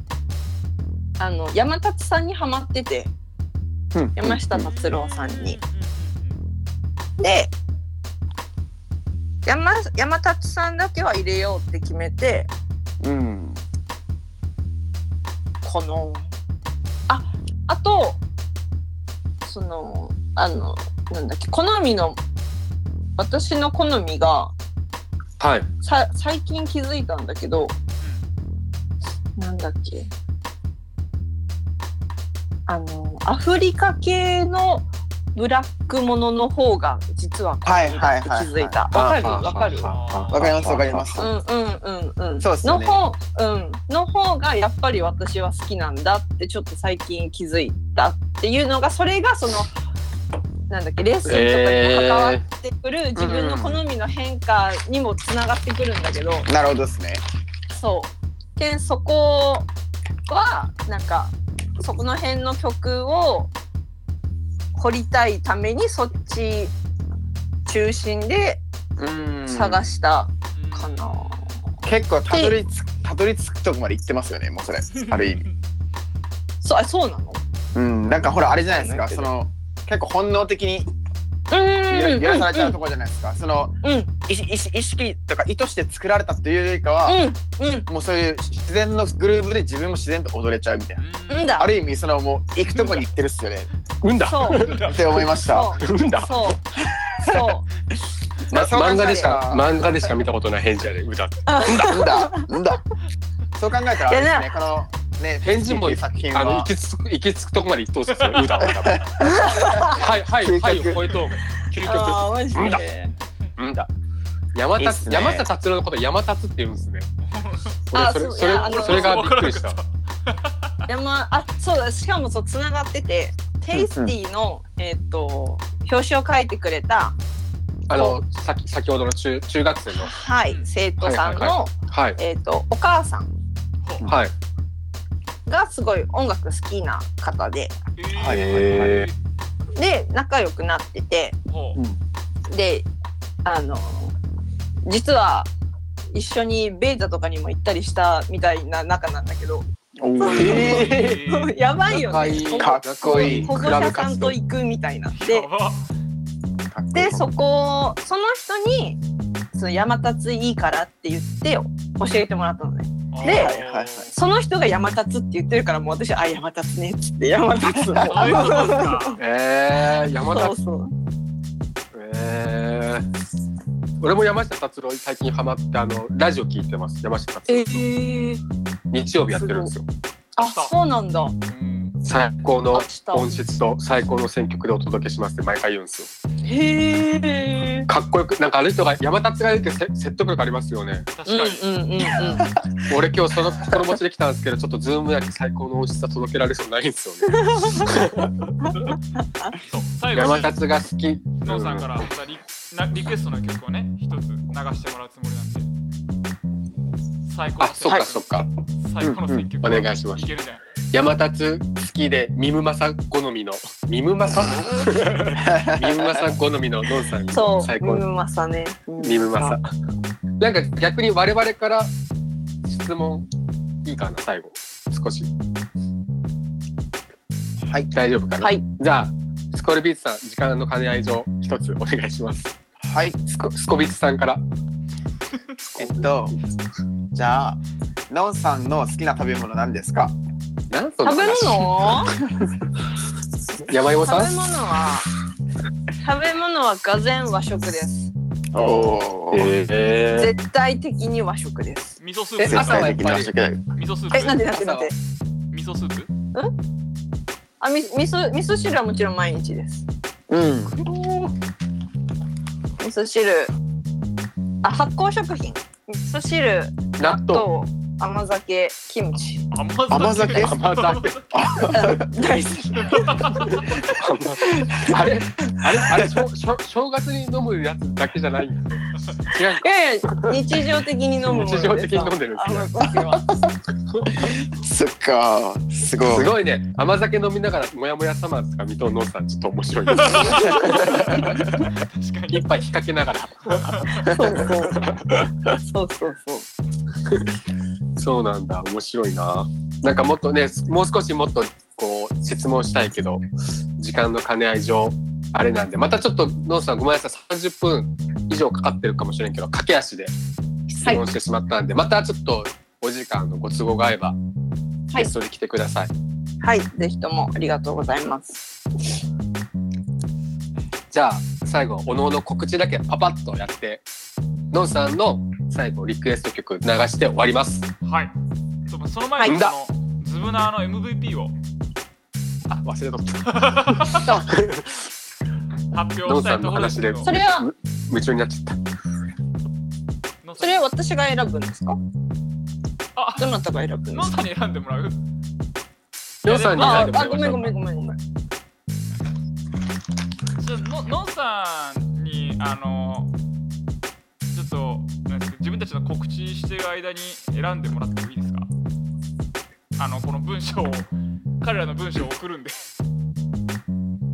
B: あの山達さんにハマってて
C: うん
B: 山下達郎さんに。で山山達さんだけは入れようって決めて
C: うん
B: このああとそのあのなんだっけ好みの私の好みが
E: はい
B: さ最近気づいたんだけどなんだっけあのアフリカ系のブラックものの方が実は好みだって気づいた。わかるわかる。
C: わかりますわかります
B: うんうんうんうん。
C: そうっすね
B: の方うんの方がやっぱり私は好きなんだってちょっと最近気づいたっていうのがそれがそのなんだっけレッスンとかにも関わってくる自分の好みの変化にもつながってくるんだけど。
C: なるほどですね
B: そう。でそこはなんかそこの辺の曲を掘りたいためにそっち中心で
E: うん
B: 探した
D: うん
B: かな。
C: 結構たどりつくたどり着くとこまで行ってますよねもう それある意味
B: そうあそうなの
C: うんなんかほらあれじゃないですかその結構本能的にや
B: うん
C: やらされちゃうとこじゃないですかその
B: うん
C: 意識意識意識とか意図して作られたというよりかは、
B: うんうん
C: もうそういう自然のグルーブで自分も自然と踊れちゃうみたいな。
B: うんだ
C: ある意味そのもう行くとこに行ってるっすよね
E: うんだ
B: そう
C: って思いました
B: そ。
E: うんだ
B: そうそ
E: ま、
C: そう考えたら
E: 漫画でしか漫画でしか見たことない返事やで歌って
C: うんだうんだうんだ。そう考えたらあれです
B: い
C: ね。このね
E: 返事
C: っ
E: も
C: ていう作品
E: あの行
C: は
E: きつく行きつくとこまで行っとうっすよ歌は多分はいはいはいを超えとう究
B: う。
E: 極
B: ああマジ
E: うんだ
B: で。
E: うんだ山
C: いいっ
E: 田
C: すね
E: 山下達郎のこと山達って言うんですね
B: あ
E: 俺それ
B: そう
E: そ
B: い
E: れ
B: やあの
E: それがびっくりした
D: わからなか
B: 山あそうだしかもそうつながっててテイスティの、えっ、と表紙を書いてくれた
E: あの先先ほどの中中学生の
B: はい生徒さんの、
E: はいはいはい
B: えっとお母さん
E: はい
B: がすごい音楽好きな方で
D: った
C: はい
E: へ
B: で仲良くなってて
D: ほう
B: であの実は一緒にベータとかにも行ったりしたみたいな仲なんだけど、
C: お
D: え
C: ー
D: ー
B: やばいよ
E: 仲
B: ね
E: いい
C: かっこいい
B: 保護者さんと行くみたいなで
D: やば
B: でそこその人に「その山立いいから」って言って教えてもらったのね
C: は
B: で
C: いはいはい
B: その人が山立って言ってるからもう私「あ山立ね」っつって山立つ
D: そういうことですか
E: えー、山
B: そ
E: 田
B: うそう
E: えー、俺も山下達郎最近ハマってあのラジオ聞いてます山下達
B: え
E: 郎
B: ー、
E: 日曜日やってるんですよ
B: あそうなんだ
D: うん
E: 最高の
B: 明日
E: 音質と最高の選曲でお届けしますって毎回言うんですよ
B: へへえ。
E: かっこよくなんかあれとか山立がいるってせ説得力ありますよね
D: 確
B: うん
D: かに、
B: うんうんうん。
E: 俺今日その心持ちで来たんですけどちょっとズームだけ最高の美味しさ届けられそうにないんですよね
D: そう最後
E: 山
D: に
E: 立が好き
D: ノンさんからまたリなリクエストの曲をね一つ流してもらうつもりなんで最高
E: あ
D: の
E: そっかそっか
D: 最高の選曲、
E: うんうんお願いします
D: いけるじゃん
E: 山立好きでミムマさん好みのミムマさんミムマさん好みのノンさん
B: そう。
E: 最
B: ミ
E: 高
B: ムマサね。
E: ミムマさんなんか逆に我々から質問いいかな最後少しはい大丈夫かな、
B: はい
E: じゃあスコルビーツさん時間の兼ね合い上一つお願いします
C: はい
E: スコスコビーツさんから
C: えっとじゃあのんさんの好きな食べ物何ですか
E: なんその
B: 食べ
E: 話
B: 物？
E: 山芋
B: 食
E: さ
B: べ
E: ん
B: 物は食べ物は俄然和食です。
A: おー
E: え
B: 絶対的に和食です。
D: 味噌ス
E: え
D: ー
A: 絶
E: 朝は
D: プ
A: 対的に話しない
D: 味噌スープ
B: え、なんでなんでなんで？
D: 味噌スープ
B: あ、み味噌味噌汁はもちろん毎日です。
C: うん
B: 味噌汁。あ、発酵食品。味噌汁、
E: 納豆
B: と甘酒、キムチ。
D: 甘酒
E: 甘酒
B: 大好 き。
E: あれあれあれし ょしょ正月に飲むやつだけじゃないんだ違う
B: いやいや、日常的に飲むものです。
E: 日常的に飲んでるんですね
B: 甘酒は。
A: そっかーすごい
E: すごいね甘酒飲みながらもやもやサマーズか水戸のさんちょっと面白いですね
D: 確かに
E: 一杯引っ掛けながら
B: そうそう。そうそうそう。
E: そうなんだ面白いななんかもっとねもう少しもっとこう質問したいけど時間の兼ね合い上あれなんでまたちょっとノンさんごめんなさい30分以上かかってるかもしれんけど駆け足で質問してしまったんで、またちょっとお時間のご都合が合えば
B: はい
E: ゲストに来てください、
B: はい、ぜひともありがとうございます。
E: じゃあ最後おのおの告知だけパパッとやってノンさんの最後リクエスト曲流して終わります
D: はいでもその前に
E: はい
D: そのズブナーの MVP を
E: あ忘れとった ノンさんの
D: 発表したいところです
E: 話
D: け
E: で
D: ど
B: それは
E: 夢中になっちゃった
D: ノン
B: そ
D: さん
B: れは私が選ぶんですか？
D: あ
B: どなたが選ぶんです
D: ノン
B: か？
D: さんに選んでもら
E: ノ
D: う
E: ンさんに
B: あ
E: 選んで
B: あ、
E: も
B: ご
E: ら
B: めん
E: い
B: ご
E: まし
B: めんごめんごめん。
D: じゃあののんさんにあのちょっとなんですか自分たちの告知してる間に選んでもらってもいいですかあのこの文章を彼らの文章を送るんで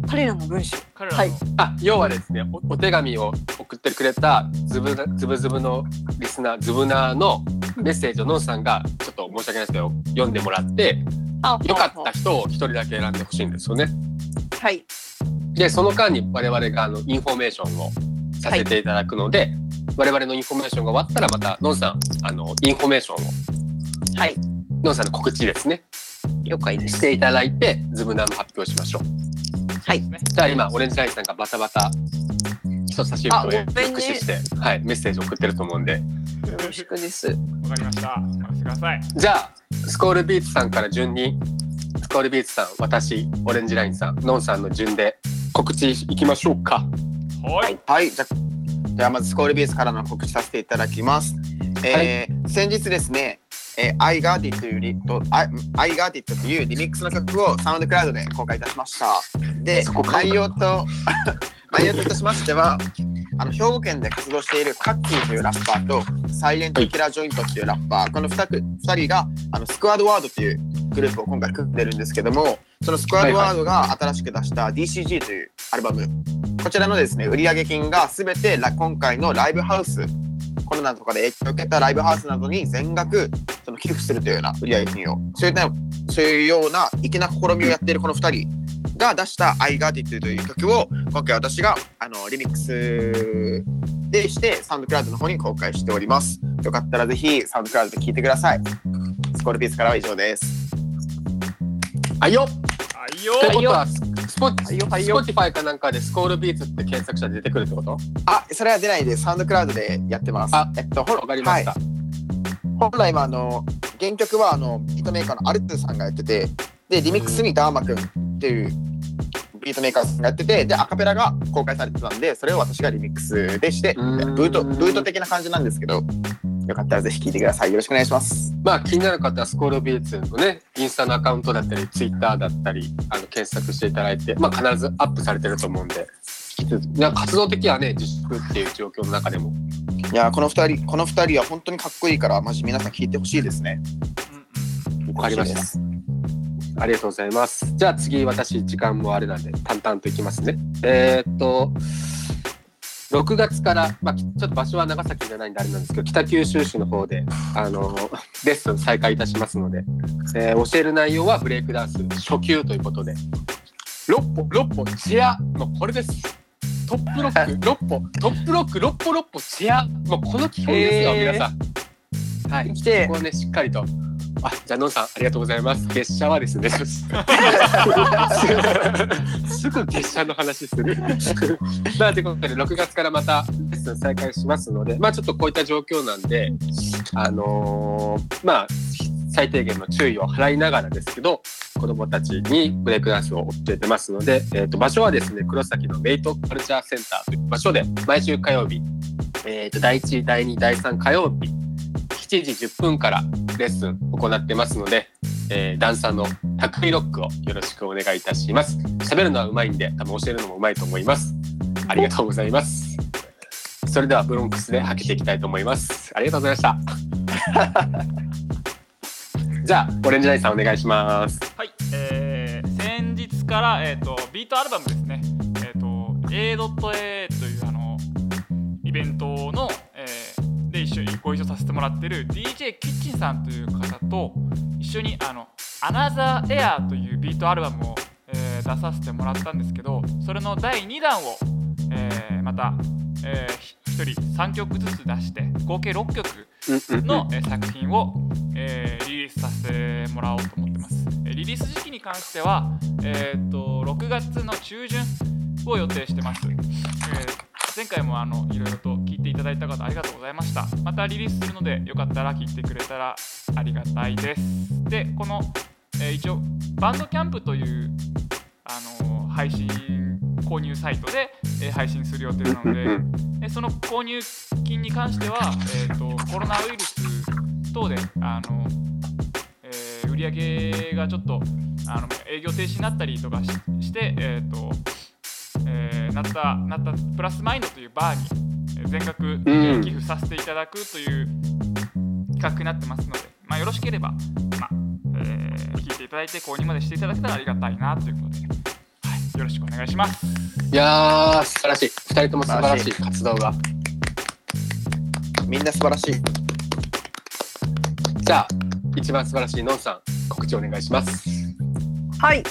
B: 彼らの文章。
D: 彼らの、
B: はい
E: あ要はですねおお手紙を送ってくれたズブズブズブのリスナーズブナーのメッセージをノンさんがちょっと申し訳ないですけど読んでもらって
B: あ
E: よかった人を一人だけ選んでほしいんですよね
B: た。はい。
E: でその間に我々があのインフォメーションをさせていただくので、我々のインフォメーションが終わったらまたノンさんあのインフォメーションを
B: はい。
E: ノンさんの告知ですね
B: 了解です。
E: していただいてズブナーの発表しましょう
B: はい。
E: じゃあ今オレンジライスさんがバタバタ人差し指
B: あ
E: と
B: ごめんね
E: 駆使して、はい、メッセージを送ってると思うんで
B: よろしくです。
D: わかりましたお任せください
E: じゃあスコールビーツさんから順にスコールビーツさん私オレンジラインさんノンさんの順で告知いきましょうか
D: はい
C: はいじゃじゃあまずスコールビーズからの告知させていただきます、えー先日ですねえー、I Got It というリと I, I Got It というリミックスの曲をサウンドクラウドで公開いたしましたで
E: そこか
C: 内容と 内容といたしましてはあの兵庫県で活動しているカッキーというラッパーとサイレントキラージョイントというラッパーこの 2, く二人があのスクワードワードというグループを今回組んでるんですけどもそのスクワードワードが新しく出した DCG というアルバム、こちらのですね売上金が全てら今回のライブハウスコロナとかで影響を受けたライブハウスなどに全額その寄付するというような売上金をそういうなそういうような粋な試みをやっているこの2人が出した「I Got It」という曲を今回私があのリミックスでしてサウンドクラウドの方に公開しておりますよかったらぜひサウンドクラウドで聴いてくださいスコールピースからは以上です
E: あいよ
D: あいいよ
E: ってことはスポ
C: いよはい
E: ス
C: よ
E: ポティファイかなんかでスコールビーツって検索したら出てくるってこと
C: あそれは出ないですサウンドクラウドでやってます
E: あ
C: えっとほら
E: わかりました、
C: 本来はあの原曲はあのビートメーカーのアルトゥさんがやっててでリミックスにダーマくんっていうビートメーカーさんがやっててでアカペラが公開されてたんでそれを私がリミックスでしてブ
E: うん
C: ートブート的な感じなんですけどよかったらぜひ聴いてくださいよろしくお願いします
E: まあ気になる方はスコールビーツのねインスタのアカウントだったりツイッターだったりあの検索していただいて、まあ、必ずアップされてると思うんで引き続きなんか活動的にはね自粛っていう状況の中でも
C: いやーこの2人この二人は本当にかっこいいからマジ皆さん聴いてほしいですね
E: わかりましたありがとうございます。じゃあ次、私、時間もあれなんで、淡々といきますね。えーっと、6月から、まあ、きちょっと場所は長崎じゃないんであれなんですけど、北九州市の方で、あの、レッスン再開いたしますので、えー教える内容はブレイクダンス初級ということで、6歩、6歩、チア、もうこれです。トップロック、6歩、トップロック、6歩、6歩、チア、もうこの基本ですよ、
C: へー
E: 皆さん。はい。
C: 来て
E: ここをね、しっかりと。あ、じゃあ、のんさん、ありがとうございます。月謝はです ね。すぐ月謝の話する。まあ、ということで、6月からまたレッスン再開しますので、まあ、ちょっとこういった状況なんで、あのーまあ、最低限の注意を払いながらですけど、子供たちにブレイクダンスを教えてますので、えっ、と、場所はですね、黒崎のメイトカルチャーセンターという場所で、毎週火曜日、えっ、と、第1、第2、第3火曜日、7時10分からレッスン行ってますので、えーダンサーのタクミロックをよろしくお願いいたします。喋るのは上手いんで、多分教えるのも上手いと思います。ありがとうございます。それではブロンクスで吐けていきたいと思います。ありがとうございました。 じゃあ、オレンジラインさんお願いします。
D: はい、えー、先日から、えー、とビートアルバムですね、えー、と A.A というあのイベントの、えーで一緒にご一緒させてもらってる DJ キッチンさんという方と一緒にあの「アナザーエアというビートアルバムを、えー出させてもらったんですけどそれの第2弾を、えーまた、え1人3曲ずつ出して合計6曲
E: うんうんうん
D: の、えー作品を、えーリリースさせてもらおうと思ってます。えーリリース時期に関しては、えーっと6月の中旬を予定してます。えー前回もあのいろいろと聞いていただいた方ありがとうございました。またリリースするのでよかったら聞いてくれたらありがたいです。でこの、えー一応バンドキャンプというあの配信購入サイトで、えー配信する予定なの
E: うんう
D: で。
E: ん
D: でその購入金に関しては、えー、とコロナウイルス等であの、えー売り上げがちょっとあの営業停止になったりとかしして、えーとえーなったなったプラスマインドというバーにえー全額
E: ん
D: 寄付させていただくという企画になってますので、まあ、よろしければ、まあえー聞いていただいて購入までしていただけたらありがたいなということで、はい、よろしくお願いします。
E: いやー、素晴らしい。二人とも素晴らしい活動が。
C: みんな素晴らしい
E: じゃあ、一番素晴らしいのんさん、告知お願いします。
B: はい。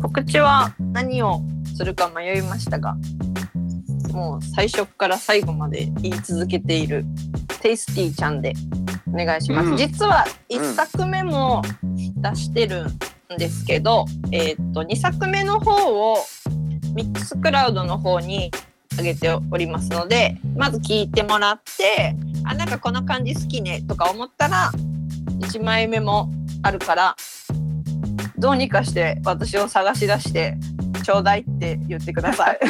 B: 告知は何をするか迷いましたが、もう最初から最後まで言い続けているテイスティーちゃんでお願いします。
E: うん
B: 実は1作目も出してるんですけど、えーっと2作目の方をミックスクラウドの方に上げておりますので、まず聞いてもらって、あなんかこの感じ好きねとか思ったら1枚目もあるからどうにかして私を探し出してちょうだいって言ってください。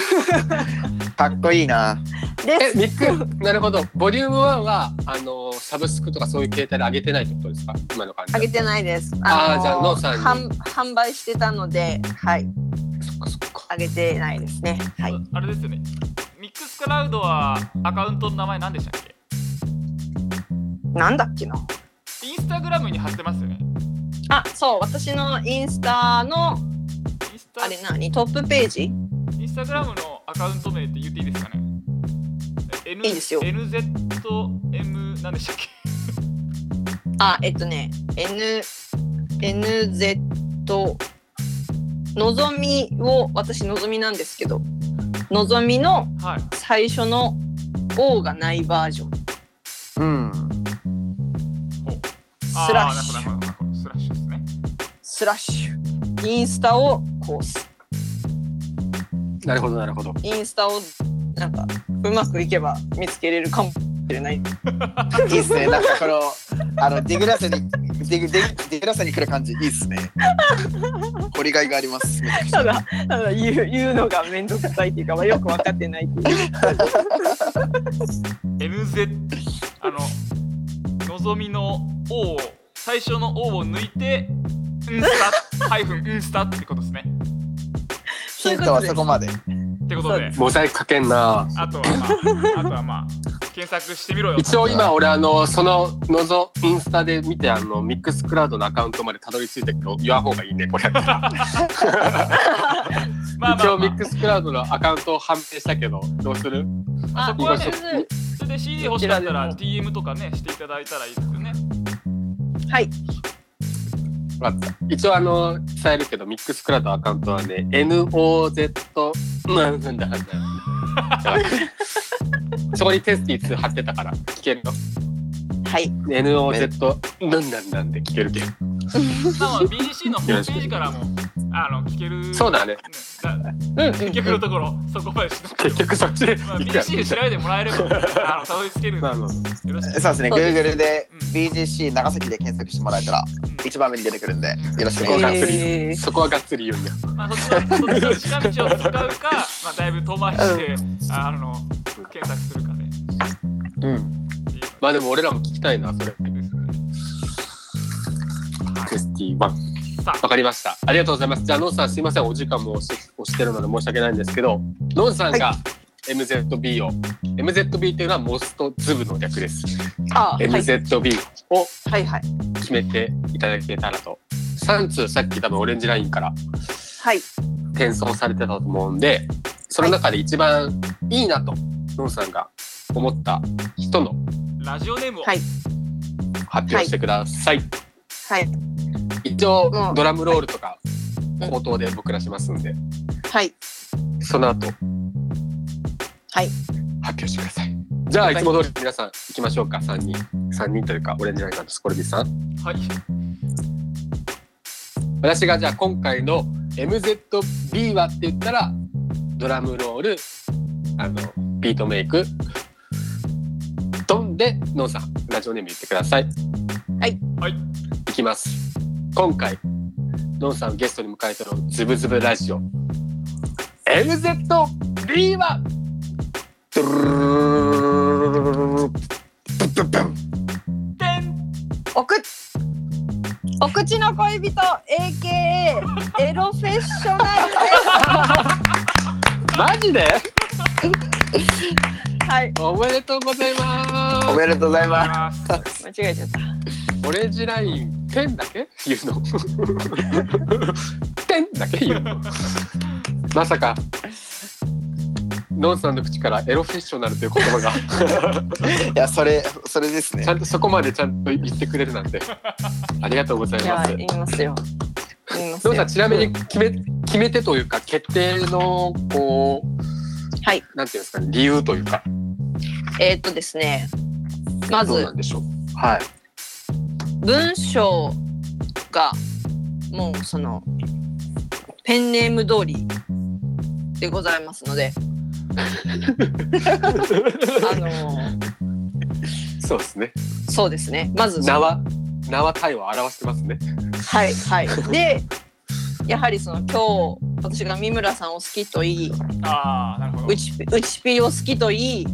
C: かっこいいな
B: で
E: え、
B: す
E: ミック、なるほど。ボリューム1は、あの、サブスクとかそういう形態で上げてないってことですか今の感じだ
B: あ
E: と。
B: げてないです。
E: あー
B: の
E: じゃあノーさんに
B: 販販売してたので、はい、
E: そっかそっか。
B: あげてないですね。はい。
D: あれですよね。ミックスクラウドはアカウントの名前何でしたっけ
B: なんだっけな。
D: インスタグラムに貼ってますよね。
B: あ、そう、私のインスタの
D: インスタ
B: あれ何トップページ？
D: インスタグラムのアカウント名って言っていいですかね N
B: いいですよ
D: NZM 何でしたっけ
B: あ、えっとね、N N Z のぞみを私のぞみなんですけど、のぞみの
D: はい。
B: 最初の O がないバージョン
C: うん
D: あ
B: ス
D: ー
B: ラッシ
D: なる
B: ュ
D: ほどなるほどなるほどスラッシュですね。
B: スラッシュインスタをこうす
E: なるほど、なるほど。
B: インスタをなんかうまくいけば見つけれるかもしれな
C: い
B: い
C: いっすねなんかこのあのディグラスにデグデグデグラさんに来る感じいいっすね。掘りがいがあります。
B: ただただ言う言うのが面倒くさいっていうか、まあ、よく分かってないっていう
D: MZ あののぞみの O を最初の O を抜いてうんスタハイフンうんスタってことですね
B: そう
C: ヒント
B: いうこと
C: は
B: で
C: そこまで。
D: ってことで
E: モザイクかけんな
D: あとはまああとはまあ検索してみろよ
E: 一応今俺あのそののぞインスタで見てあのミックスクラウドのアカウントまでたどり着いたけど言わん方がいいねこ れ、
D: まあま
E: 一応
D: あ、ま
E: ミックスクラウドのアカウントを判定したけどどうする
D: あ、
B: あ
D: そこはね
E: 今
D: あ、それで CD 欲しかったら DM とかねしていただいたらいいですよね
B: はい
E: わかった一応あの伝えるけどミックスクラウドのアカウントはね NOZ うんなんだなんだそこにテスティ2貼ってたから聞けるよ
B: はい、
E: NOZ なんなんなんで聞けるけど
D: まあまあ BGC のホームページからもあの聞ける
E: そうだね
D: だ
B: うん
D: 結局のところそこまでしなくても
E: 結局そっちで
D: まあ BGC で調べてもらえればあのたどり着けるんで
E: なるほど
D: よろしく
C: そうですね。
B: そうで
C: Google で
D: うん
C: BGC 長崎で検索してもらえたら一番目に出てくるんでよろしくお願いします。
B: えー
E: そこはがっつり言うんだよ
D: まあ、そっちのそっちの近道を使う か、まあ、だいぶ遠回りして、あの、検索するかね。
C: うん。
D: っていう
E: まあでも俺らも聞きたいなそれ
D: 感じですね
E: テスティ1わ
D: さあ、
E: かりましたありがとうございますじゃあノンさんすいませんお時間も押し押してるので申し訳ないんですけどノンさんが MZB を、MZB っていうのはモストズブの略です
B: あはい
E: MZB を
B: はいはい
E: 決めていただけたらと3通さっき多分オレンジラインから
B: はい
E: 転送されてたと思うんでその中で一番いいなとノンさんが思った人の
D: ラジオネームを。
B: はい
E: 発表してください、
B: はい
E: 一応
B: うん
E: ドラムロールとか
B: うん
E: 口頭で僕らしますんで
B: はい
E: その後
B: はい
E: 発表してくださいじゃあいつも通り皆さん行きましょうか3人3人というかオレンジラインさんとスコルビさん
D: はい。
E: 私がじゃあ今回の MZB はって言ったらドラムロールあのビートメイクドンでノンさんラジオネーム言ってください
D: はい。
E: いきます今回のんさんをゲストに迎えてのズブズブラジオ MZB は
C: ドゥルルルルルルルルルブッブッブン
D: てん
B: おくお口の恋人 AKA エロフェッショナ
E: マ
B: ルで
E: ジです
B: はい
E: おめでとうございま
C: おめでとうございます。
D: あー
B: 間違えちゃった
E: すオレンジラインテンだけ言うのテンだけ言うのまさかのんさんの口からエロフェッショナルという言葉が
C: いやそれそれですね
E: ちゃ。んとそこまでちゃんと言ってくれる なんてありがとうござい
B: じゃ
E: ま
B: あ
E: す
B: 言いますよ言います
E: どうさ
B: よ
E: んちなみに決め決め手というか決定のこう
B: はい
E: なんていうんですかね理由というか
B: えーっとですねま
E: どう
B: ず
E: なんでしょう。はい。
B: 文章がもうそのペンネーム通りでございますのであの
E: そうですね。
B: そうですねまず
E: 名は名は体を表してますね。
B: はいはいでやはりその今日私が三村さんを好きと言い
D: あー、なるほど
B: う。ちうちぴを好きと言い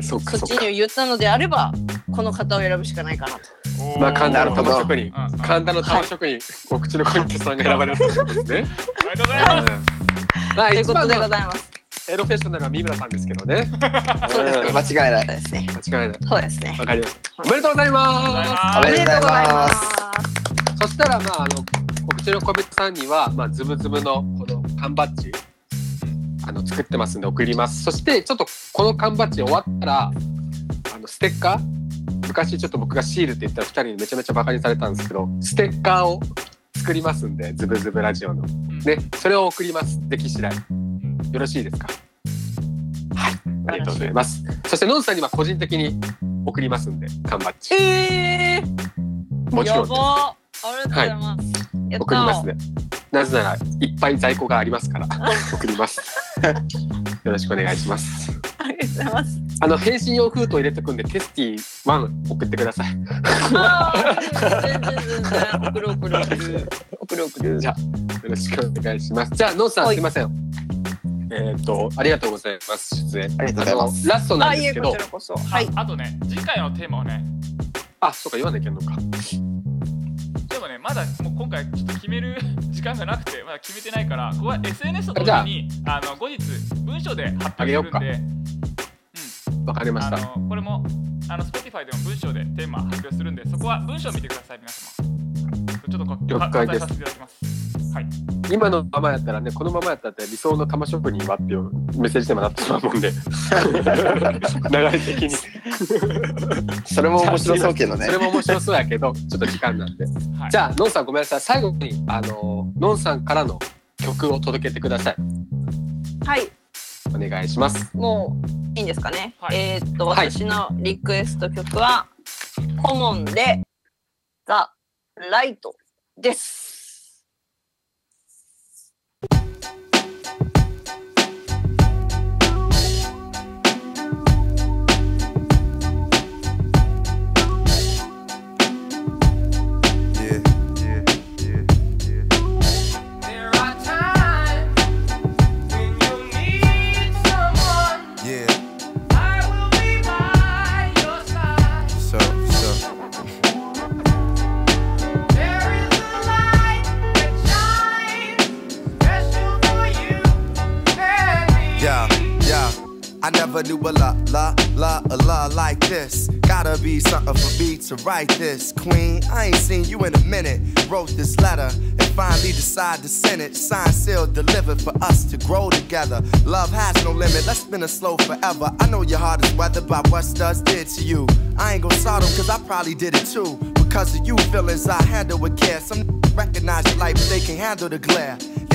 E: そう
B: そ
E: か
B: っ
E: そ
B: ち
E: うか。
B: に言ったのであればこの方を選ぶしかないかなと
D: おー
E: まあ神田の玉職人
D: うんうんあ
E: 神田の玉職人お口の小池さんが選ばれるということです ね。
D: りがとうございます。
E: まあ
B: という
E: 一
B: こと
E: 番
B: でござ
E: の
B: います
E: エロフェッショナルは三村さんですけど ね。
B: そうです
E: うん
B: ね
C: 間違いない。
B: そうですね
E: 間違いない。
B: そうですね
E: わかりました。おめでとうござい
D: ありがとうござい
E: ま
D: ます
C: おめでとうございます
E: す。そしたらまああのお口の小池さんにはまあズブズブのこの缶バッジあの作ってますんで送ります。そしてちょっとこの缶バッジ終わったらあのステッカー昔ちょっと僕がシールって言ったら2人にめちゃめちゃバカにされたんですけどステッカーを作りますんでズブズブラジオの
D: うん
E: ねそれを送ります出来次第よ
D: ん
E: ろしいですかはいありがとうございますそしてのんさんには個人的に送りますんで缶バッジ
B: え
E: も
B: ー、
E: ちろ
B: や
E: んです
B: ばありがとうございます、やったー
E: 送りますね。なぜならいっぱい在庫がありますから 送ります。よろしくお願いします。
B: ありがとうございます
E: あの返信用封筒入れてくんでテスティ1送ってください。
B: あー全然全然送る送る送る送る送る
E: じゃあよろしくお願いします。じゃあノンさん
B: は
E: す
B: い
E: いません。えっ、とありがとうございます出演。
C: ありがとうございます。
E: す。ラストな
B: あ
E: ん
B: い
E: で
B: え
E: すけ
B: こ
E: ど
B: ち。らこそはい
D: ああとね次回のテーマをね
E: あそうか言わなきゃいけんのか。
D: でもねまだもう今回ちょっと決める 時間がなくてまだ決めてないからここは SNS と同時にあの後日文章で発
E: あ
D: 表
E: げ
D: す
E: よ
D: る
E: うか
D: んで
E: わかりまし
D: あ
E: た。
D: のこれもあの Spotify でも文章でテーマ発表するんでそこは文章を見てください皆様ちょっとこ
E: 了
D: か
E: 解です
D: 割愛させていただきますはい
E: 今のままやったらねこのままやったら理想の玉職人はっていうメッセージテーマになってしまうもんで流れ的に
A: それも面白そうけどね
E: それも面白そうやけどちょっと時間なんで、
D: はい
E: じゃあのんさんごめんなさい最後にあののんさんからの曲を届けてください
B: はい
E: お願いします
B: もういいんですかね、
D: はい
B: えーっと
E: はい
B: 私のリクエスト曲は「コモン」で「ザ・ライト」です
F: Yeah, yeah. I never knew a lot, la, la, a lot like this. Gotta be something for me to write this. Queen, I ain't seen you in a minute. Wrote this letter and finally decided to send it. Signed, sealed, delivered for us to grow together. Love has no limit, let's spin a slow forever. I know your heart is weathered by what studs did to you. I ain't gonna saw them cause I probably did it too. Because of you, feelings I handle with care. Some recognize your light, but they can handle the glare.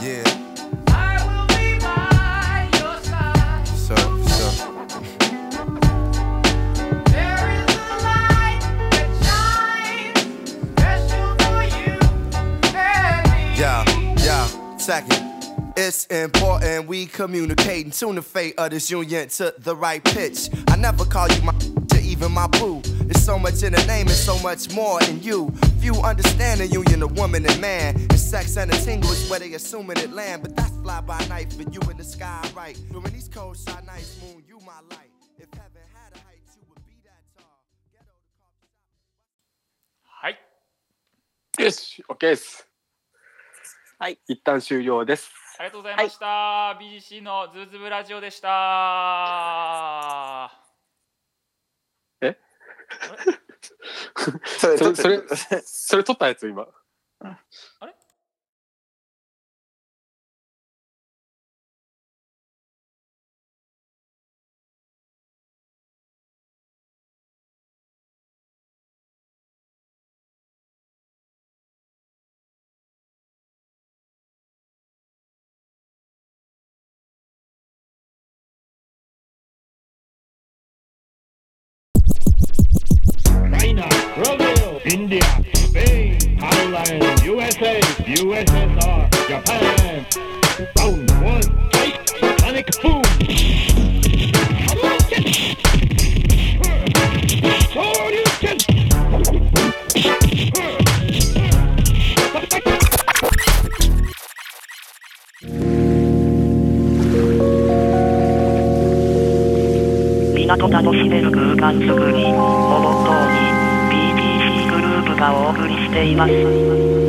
F: Yeah. So, so. Yeah, yeah. Second. It's important we communicate and tune the fate of this union to the right pitch. I never call you my to even my boo. There's so much in the name and so much more in you. Few understand the union of woman and man. And sex and a tingle is where they assuming it land. But that's fly by night for you in the sky, right? During these cold shot nights, moon, you my light. If heaven had a height, you would be that tall. Ghetto to coffee shop.
D: はい
E: よし OK です
B: はい
E: 一旦終了です
D: ありがとうございました、BGC のズブズブラジオでした
E: え
D: あれ
A: それ
E: それ
A: そ
E: そ
A: れ
E: れそれ撮ったやつ今
G: 港楽しめる空間づくりをモットーに BTC グループがお送りしています。